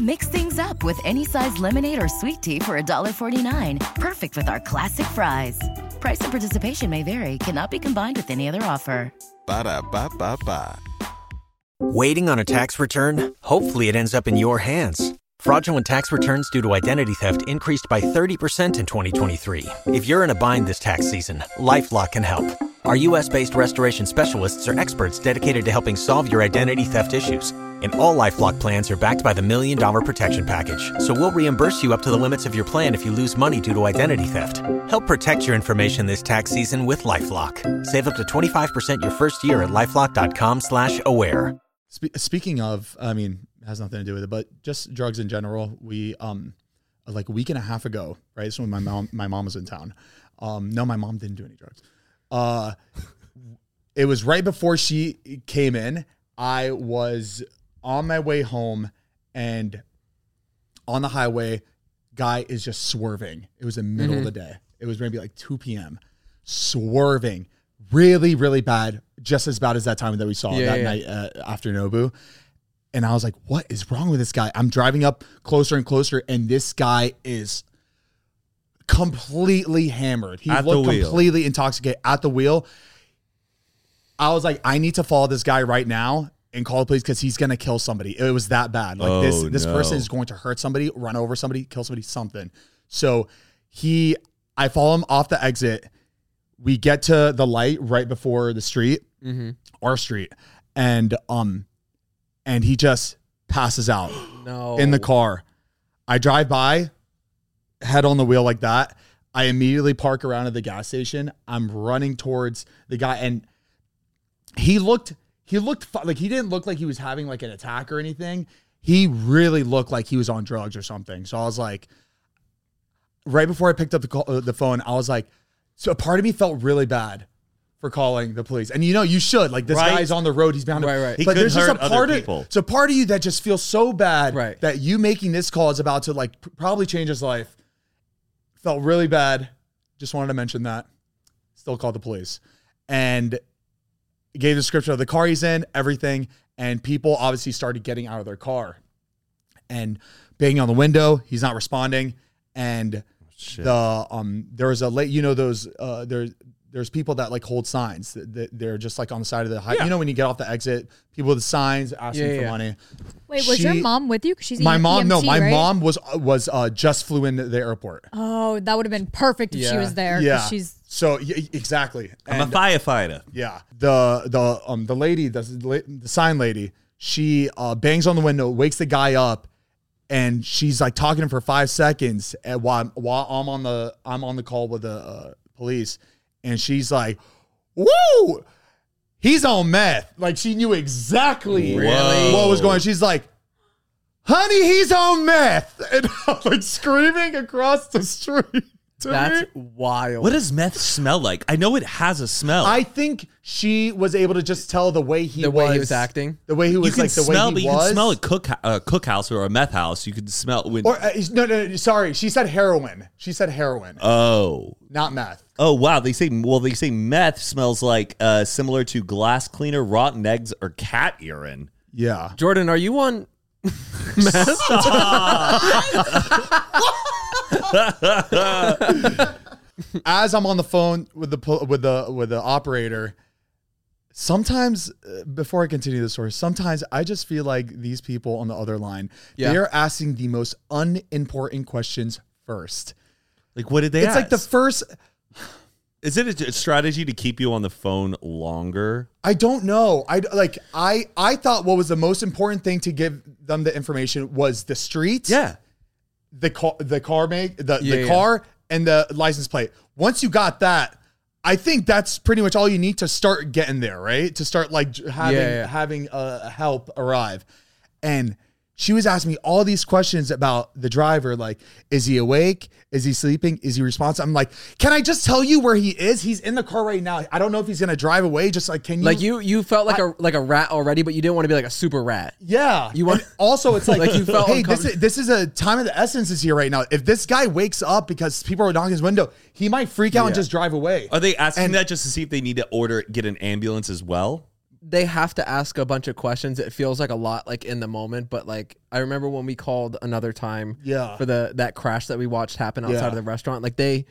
[SPEAKER 7] Mix things up with any size lemonade or sweet tea for $1.49. Perfect with our classic fries. Price and participation may vary, cannot be combined with any other offer.
[SPEAKER 6] Ba da ba ba ba.
[SPEAKER 8] Waiting on a tax return? Hopefully, it ends up in your hands. Fraudulent tax returns due to identity theft increased by 30% in 2023. If you're in a bind this tax season, LifeLock can help. Our U.S. based restoration specialists are experts dedicated to helping solve your identity theft issues. And all LifeLock plans are backed by the Million Dollar Protection Package. So we'll reimburse you up to the limits of your plan if you lose money due to identity theft. Help protect your information this tax season with LifeLock. Save up to 25% your first year at LifeLock.com slash aware.
[SPEAKER 3] Spe- speaking of, I mean, has nothing to do with it, but just drugs in general. We um, like a week and a half ago, right? This is when my mom, my mom was in town. Um, no, my mom didn't do any drugs. Uh, it was right before she came in. I was on my way home and on the highway, guy is just swerving. It was the middle of
[SPEAKER 4] Mm-hmm.
[SPEAKER 3] the day. It was maybe like 2 p.m. Swerving really, really bad, just as bad as that time that we saw
[SPEAKER 4] Yeah,
[SPEAKER 3] that
[SPEAKER 4] yeah.
[SPEAKER 3] night uh, after Nobu. And I was like, what is wrong with this guy? I'm driving up closer and closer, and this guy is completely hammered. He
[SPEAKER 2] At the
[SPEAKER 3] looked
[SPEAKER 2] wheel.
[SPEAKER 3] completely intoxicated at the wheel. I was like, I need to follow this guy right now and call the police because he's gonna kill somebody. It was that bad. Like this,
[SPEAKER 2] Oh,
[SPEAKER 3] this
[SPEAKER 2] no.
[SPEAKER 3] person is going to hurt somebody, run over somebody, kill somebody, something. So he, I follow him off the exit. We get to the light right before the street,
[SPEAKER 4] Mm-hmm.
[SPEAKER 3] our street, and um, and he just passes out
[SPEAKER 4] No.
[SPEAKER 3] in the car. I drive by, head on the wheel like that. I immediately park around at the gas station. I'm running towards the guy, and he looked he looked fu- like he didn't look like he was having like an attack or anything. He really looked like he was on drugs or something. So I was like, right before I picked up the call, uh, the phone, I was like, so a part of me felt really bad for calling the police. And you know, you should like this
[SPEAKER 2] Right.
[SPEAKER 3] guy's on the road. He's bound to.
[SPEAKER 4] Right, right.
[SPEAKER 2] He
[SPEAKER 3] But
[SPEAKER 2] could
[SPEAKER 3] there's just a
[SPEAKER 2] hurt other
[SPEAKER 3] part of
[SPEAKER 2] people.
[SPEAKER 3] it's a part of you that just feels so bad
[SPEAKER 4] Right.
[SPEAKER 3] that you making this call is about to like p- probably change his life. Felt really bad. Just wanted to mention that. Still called the police and gave the description of the car he's in, everything. And people obviously started getting out of their car and banging on the window. He's not responding. And the um, there was a late, you know, those uh, there there's people that like hold signs. that- that They're just like on the side of the high. You know, when you get off the exit, people with signs asking
[SPEAKER 4] Yeah, yeah,
[SPEAKER 3] for
[SPEAKER 4] yeah.
[SPEAKER 3] money.
[SPEAKER 5] Wait, was your
[SPEAKER 3] She-
[SPEAKER 5] mom with you? 'Cause she's
[SPEAKER 3] My mom, no,
[SPEAKER 5] EMT,
[SPEAKER 3] my
[SPEAKER 5] E right?
[SPEAKER 3] mom was was uh, just flew into the airport.
[SPEAKER 5] Oh, that would have been perfect if she
[SPEAKER 4] Yeah.
[SPEAKER 5] was there. 'cause
[SPEAKER 3] yeah,
[SPEAKER 5] she's
[SPEAKER 3] so y- exactly.
[SPEAKER 2] I'm a
[SPEAKER 3] And-
[SPEAKER 2] firefighter.
[SPEAKER 3] Yeah. The the um the lady the, the sign lady she uh, bangs on the window, wakes the guy up, and she's like talking to him for five seconds. And while I'm, while I'm on the I'm on the call with the uh, police, and she's like, "Woo, he's on meth." Like she knew exactly
[SPEAKER 2] Really?
[SPEAKER 3] what was going. on. She's like. Honey, he's on meth, and I'm like screaming across the street. to me.
[SPEAKER 4] That's wild.
[SPEAKER 2] What does meth smell like? I know it has a smell.
[SPEAKER 3] I think she was able to just tell the way he
[SPEAKER 4] The
[SPEAKER 3] was,
[SPEAKER 4] way he was acting?
[SPEAKER 3] the way he was
[SPEAKER 2] you can
[SPEAKER 3] like the
[SPEAKER 2] smell,
[SPEAKER 3] way
[SPEAKER 2] but
[SPEAKER 3] he
[SPEAKER 2] you
[SPEAKER 3] was.
[SPEAKER 2] can smell a cook uh, cookhouse or a meth house. You can smell when.
[SPEAKER 3] Or uh, he's- no, no, no, sorry, she said heroin. She said heroin,
[SPEAKER 2] oh,
[SPEAKER 3] not meth.
[SPEAKER 2] oh wow! They say well, they say meth smells like uh, similar to glass cleaner, rotten eggs, or cat urine.
[SPEAKER 3] Yeah,
[SPEAKER 4] Jordan, are you on meth?
[SPEAKER 3] as I'm on the phone with the pol- with the with the operator, sometimes uh, before I continue the story, sometimes I just feel like these people on the other line
[SPEAKER 4] Yeah.
[SPEAKER 3] they are asking the most unimportant questions first.
[SPEAKER 2] Like what did they?
[SPEAKER 3] It's like the
[SPEAKER 2] ask?
[SPEAKER 3] first.
[SPEAKER 2] Is it a strategy to keep you on the phone longer?
[SPEAKER 3] I don't know. I like I I thought what was the most important thing to give them the information was the street. the car, the car make the,
[SPEAKER 4] Yeah,
[SPEAKER 3] the
[SPEAKER 4] yeah.
[SPEAKER 3] car and the license plate. Once you got that, I think that's pretty much all you need to start getting there, right? To start like j- having
[SPEAKER 4] Yeah, yeah.
[SPEAKER 3] having uh, help arrive, and she was asking me all these questions about the driver. Like, is he awake? Is he sleeping? Is he responsive? I'm like, can I just tell you where he is? He's in the car right now. I don't know if he's gonna drive away. Just like, can you?
[SPEAKER 4] Like you, you felt like a like a rat already, but you didn't want to be like a super rat.
[SPEAKER 3] Yeah.
[SPEAKER 4] You want-
[SPEAKER 3] And also it's like,
[SPEAKER 4] Like, you felt
[SPEAKER 3] hey, this
[SPEAKER 4] uncomfortable.
[SPEAKER 3] is, this is a time of the essence is here right now. If this guy wakes up because people are knocking his window, he might freak out and just drive away.
[SPEAKER 2] Are they asking
[SPEAKER 3] And-
[SPEAKER 2] that just to see if they need to order get an ambulance as well?
[SPEAKER 4] They have to ask a bunch of questions. It feels like a lot, like in the moment, but like I remember when we called another time.
[SPEAKER 3] Yeah.
[SPEAKER 4] For the that crash that we watched happen outside
[SPEAKER 3] Yeah.
[SPEAKER 4] of the restaurant, like they.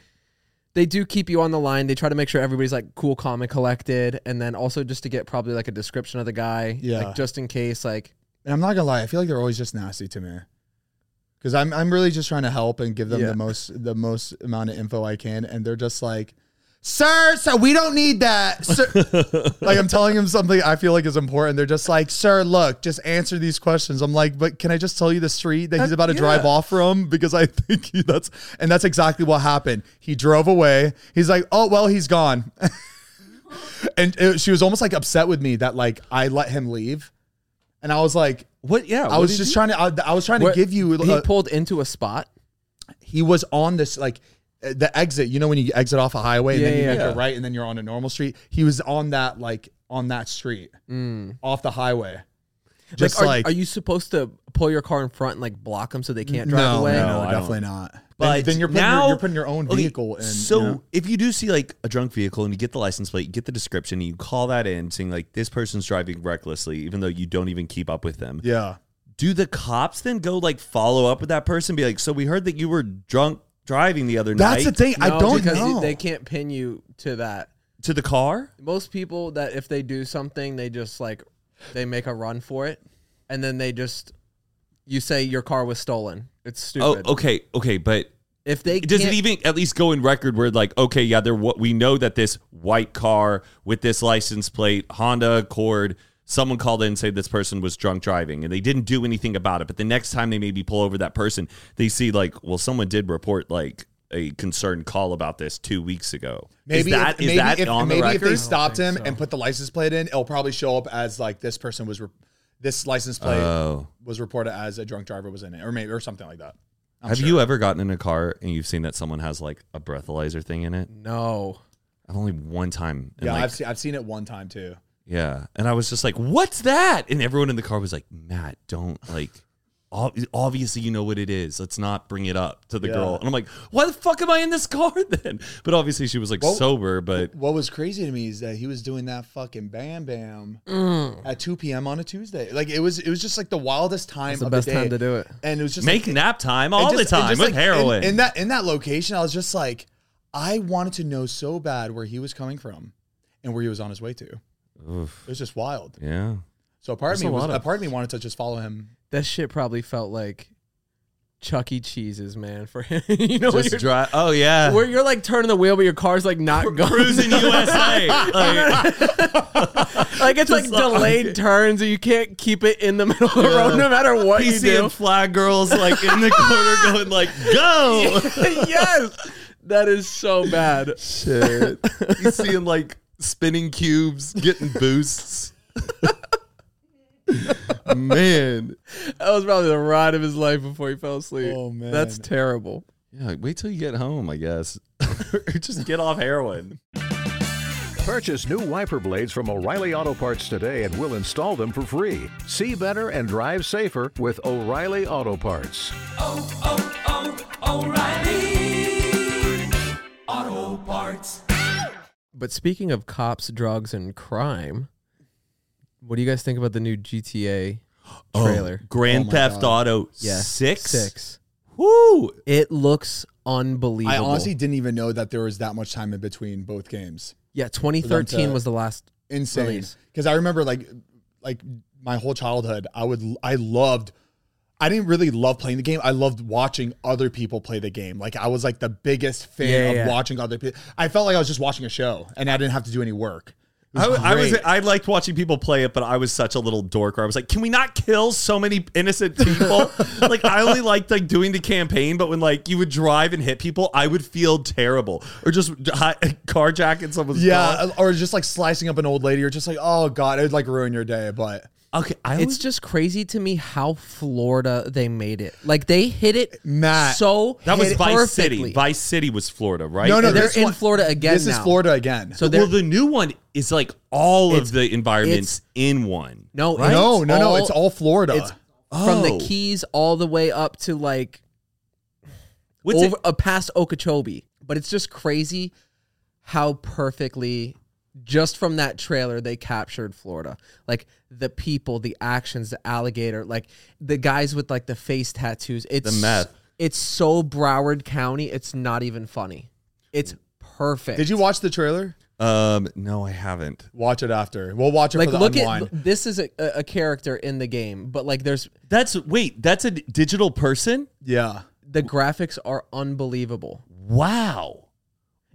[SPEAKER 4] They do keep you on the line. They try to make sure everybody's like cool, calm, and collected, and then also just to get probably like a description of the guy,
[SPEAKER 3] Yeah.
[SPEAKER 4] like just in case, like
[SPEAKER 3] And I'm not gonna lie, I feel like they're always just nasty to me. Cause I'm I'm really just trying to help and give them
[SPEAKER 4] Yeah.
[SPEAKER 3] the most the most amount of info I can. And they're just like, Sir, so we don't need that. Sir. like I'm telling them something I feel like is important. They're just like, Sir, look, just answer these questions. I'm like, but can I just tell you the street that he's about to drive off from? Because I think he, that's and that's exactly what happened. He drove away. He's like, Oh well, he's gone. and it- she was almost like upset with me that like I let him leave. And I was like,
[SPEAKER 2] What? Yeah,
[SPEAKER 3] I was just trying to. I, I was trying to
[SPEAKER 4] Where-
[SPEAKER 3] give you. uh,
[SPEAKER 4] he pulled into a spot.
[SPEAKER 3] he was on this like uh, the exit. You know when you exit off a highway and
[SPEAKER 4] Yeah,
[SPEAKER 3] then you
[SPEAKER 4] yeah,
[SPEAKER 3] make
[SPEAKER 4] yeah.
[SPEAKER 3] a right and then you're on a normal street. He was on that like on that street off the highway. Just
[SPEAKER 4] Mm. are,
[SPEAKER 3] like,
[SPEAKER 4] are you supposed to pull your car in front and like block them so they can't drive
[SPEAKER 3] no,
[SPEAKER 4] away?
[SPEAKER 3] no,
[SPEAKER 2] No, I
[SPEAKER 3] definitely not. Then-
[SPEAKER 2] But
[SPEAKER 3] then, you're putting
[SPEAKER 2] now
[SPEAKER 3] your, you're putting your own
[SPEAKER 2] Okay,
[SPEAKER 3] vehicle in.
[SPEAKER 2] So
[SPEAKER 3] you know?
[SPEAKER 2] if you do see like a drunk vehicle and you get the license plate, you get the description, and you call that in, saying like this person's driving recklessly, even though you don't even keep up with them.
[SPEAKER 3] yeah,
[SPEAKER 2] Do the cops then go like follow up with that person, be like, so we heard that you were drunk driving the other
[SPEAKER 3] that's the
[SPEAKER 2] night
[SPEAKER 3] thing. I
[SPEAKER 4] No,
[SPEAKER 3] don't
[SPEAKER 4] because
[SPEAKER 3] know.
[SPEAKER 4] they can't pin you to that.
[SPEAKER 2] to the car?
[SPEAKER 4] Most people that if they do something, they just like they make a run for it, and then they just you say your car was stolen. It's
[SPEAKER 2] Oh,
[SPEAKER 4] stupid.
[SPEAKER 2] okay, okay, but
[SPEAKER 4] If they
[SPEAKER 2] does it
[SPEAKER 4] can't-
[SPEAKER 2] even at least go in record where like okay yeah there what we know that this white car with this license plate honda accord someone called in and said this person was drunk driving and they didn't do anything about it but the next time they maybe pull over that person they see like well someone did report like a concerned call about this two weeks ago
[SPEAKER 3] Maybe
[SPEAKER 2] is that
[SPEAKER 3] if,
[SPEAKER 2] is
[SPEAKER 3] maybe
[SPEAKER 2] that
[SPEAKER 3] if,
[SPEAKER 2] on
[SPEAKER 3] maybe
[SPEAKER 2] the
[SPEAKER 3] if they
[SPEAKER 2] record
[SPEAKER 3] stopped him and put the license plate in, it'll probably show up as like this person was, re- this license plate
[SPEAKER 2] oh
[SPEAKER 3] was reported as a drunk driver was in it, or maybe or something like that. I'm
[SPEAKER 2] have
[SPEAKER 3] sure.
[SPEAKER 2] you ever gotten in a car and you've seen that someone has like a breathalyzer thing in it
[SPEAKER 4] no.
[SPEAKER 2] i've only one time and,
[SPEAKER 3] Yeah,
[SPEAKER 2] like,
[SPEAKER 3] I've seen I've seen it one time too.
[SPEAKER 2] Yeah. And I was just like, what's that? And everyone in the car was like, Matt, don't like, ob- obviously you know what it is. Let's not bring it up to the
[SPEAKER 3] Yeah.
[SPEAKER 2] girl. And I'm like, why the fuck am I in this car then? But obviously she was like
[SPEAKER 3] Well-
[SPEAKER 2] sober, but
[SPEAKER 3] What was crazy to me is that he was doing that fucking bam bam
[SPEAKER 2] Mm.
[SPEAKER 3] at 2 p.m. on a Tuesday. Like it was it was just like the wildest time
[SPEAKER 4] It's the
[SPEAKER 3] of
[SPEAKER 4] best
[SPEAKER 3] the day.
[SPEAKER 4] time to do it.
[SPEAKER 3] And it was just
[SPEAKER 2] make
[SPEAKER 3] like,
[SPEAKER 2] nap
[SPEAKER 3] and
[SPEAKER 2] time all
[SPEAKER 3] just-
[SPEAKER 2] the
[SPEAKER 3] and
[SPEAKER 2] time
[SPEAKER 3] just,
[SPEAKER 2] with
[SPEAKER 3] like, in-
[SPEAKER 2] heroin.
[SPEAKER 3] In, that in that location, I was just like, I wanted to know so bad where he was coming from and where he was on his way to. It was just wild.
[SPEAKER 2] yeah.
[SPEAKER 3] So a part
[SPEAKER 2] There's
[SPEAKER 3] of
[SPEAKER 2] a
[SPEAKER 3] me was,
[SPEAKER 2] lot
[SPEAKER 3] a
[SPEAKER 2] of-
[SPEAKER 3] part of me wanted to just follow him.
[SPEAKER 4] That shit probably felt like Chuck E. Cheese's man for him. you know, when
[SPEAKER 2] Just
[SPEAKER 4] you're,
[SPEAKER 2] dry. Oh, yeah.
[SPEAKER 4] where you're like turning the wheel, but your car's like not going.
[SPEAKER 2] Cruising USA. Like,
[SPEAKER 4] like it's like
[SPEAKER 2] Just like-
[SPEAKER 4] delayed turns, and you can't keep it in the middle of the road no matter what you
[SPEAKER 2] he's
[SPEAKER 4] do.
[SPEAKER 2] seeing fly girls like in the corner going
[SPEAKER 3] Oh
[SPEAKER 2] like, go.
[SPEAKER 4] yes, that is so bad.
[SPEAKER 2] Shit. He's seeing like spinning cubes, getting boosts. Man.
[SPEAKER 4] That was probably the ride of his life before he fell asleep.
[SPEAKER 3] Oh, man.
[SPEAKER 4] that's terrible.
[SPEAKER 2] Yeah, like, wait till you get home, I guess. or just get off heroin.
[SPEAKER 9] Purchase new wiper blades from O'Reilly Auto Parts today and we'll install them for free. See better and drive safer with O'Reilly Auto Parts.
[SPEAKER 10] Oh,
[SPEAKER 4] But speaking of cops, drugs, and crime, what do you guys think about the new GTA
[SPEAKER 3] Oh,
[SPEAKER 4] trailer?
[SPEAKER 2] Grand Theft Auto
[SPEAKER 4] Yeah,
[SPEAKER 2] six.
[SPEAKER 4] Six.
[SPEAKER 2] Woo!
[SPEAKER 4] It looks unbelievable.
[SPEAKER 3] I honestly didn't even know that there was that much time in between both games.
[SPEAKER 4] yeah, 2013
[SPEAKER 3] to-
[SPEAKER 4] was the last.
[SPEAKER 3] insane
[SPEAKER 4] release.
[SPEAKER 3] because I remember like like my whole childhood I would I loved I didn't really love playing the game. I loved watching other people play the game. Like I was like the biggest fan
[SPEAKER 4] Yeah,
[SPEAKER 3] of
[SPEAKER 4] yeah.
[SPEAKER 3] watching other people. I felt like I was just watching a show and I didn't have to do any work. It
[SPEAKER 2] I,
[SPEAKER 3] was
[SPEAKER 2] I was
[SPEAKER 3] great.
[SPEAKER 2] I liked watching people play it, but I was such a little dork. Where I was like, "Can we not kill so many innocent people?" like I only liked like doing the campaign, but when like you would drive and hit people, I would feel terrible, or just hi- carjacking someone's
[SPEAKER 3] yeah,
[SPEAKER 2] car.
[SPEAKER 3] or just like slicing up an old lady, or just like, oh god, it would like ruin your day. But
[SPEAKER 2] Okay, I
[SPEAKER 4] uh, it's just crazy to me how Florida they made it. Like they hit it
[SPEAKER 3] Matt,
[SPEAKER 4] so
[SPEAKER 2] that was
[SPEAKER 4] hit
[SPEAKER 2] Vice City.
[SPEAKER 4] perfectly.
[SPEAKER 2] Vice City was Florida, right?
[SPEAKER 3] No, no,
[SPEAKER 4] They're
[SPEAKER 3] this
[SPEAKER 4] in
[SPEAKER 3] one-
[SPEAKER 4] Florida again.
[SPEAKER 3] This is
[SPEAKER 4] now.
[SPEAKER 3] Florida again.
[SPEAKER 4] So they're
[SPEAKER 2] well, the new one is like all of
[SPEAKER 4] It's-
[SPEAKER 2] the environments in one.
[SPEAKER 4] no,
[SPEAKER 3] Right? No,
[SPEAKER 4] it's
[SPEAKER 3] no, no, it's all Florida.
[SPEAKER 4] It's from
[SPEAKER 2] Oh.
[SPEAKER 4] the Keys all the way up to like
[SPEAKER 2] What's
[SPEAKER 4] over
[SPEAKER 2] it?
[SPEAKER 4] uh, past Okeechobee. But it's just crazy how perfectly just from that trailer they captured Florida. Like the people, the actions, the alligator, like the guys with like the face tattoos. It's
[SPEAKER 2] The meth.
[SPEAKER 4] It's so Broward County. It's not even funny. It's perfect.
[SPEAKER 3] Did you watch the trailer?
[SPEAKER 2] Um, no, I haven't.
[SPEAKER 3] Watch it after. We'll watch it
[SPEAKER 4] like
[SPEAKER 3] for the
[SPEAKER 4] look
[SPEAKER 3] unwind.
[SPEAKER 4] at this is a, a a character in the game, but like there's
[SPEAKER 2] That's wait, that's a d- digital person.
[SPEAKER 3] yeah.
[SPEAKER 4] the graphics are unbelievable.
[SPEAKER 2] Wow.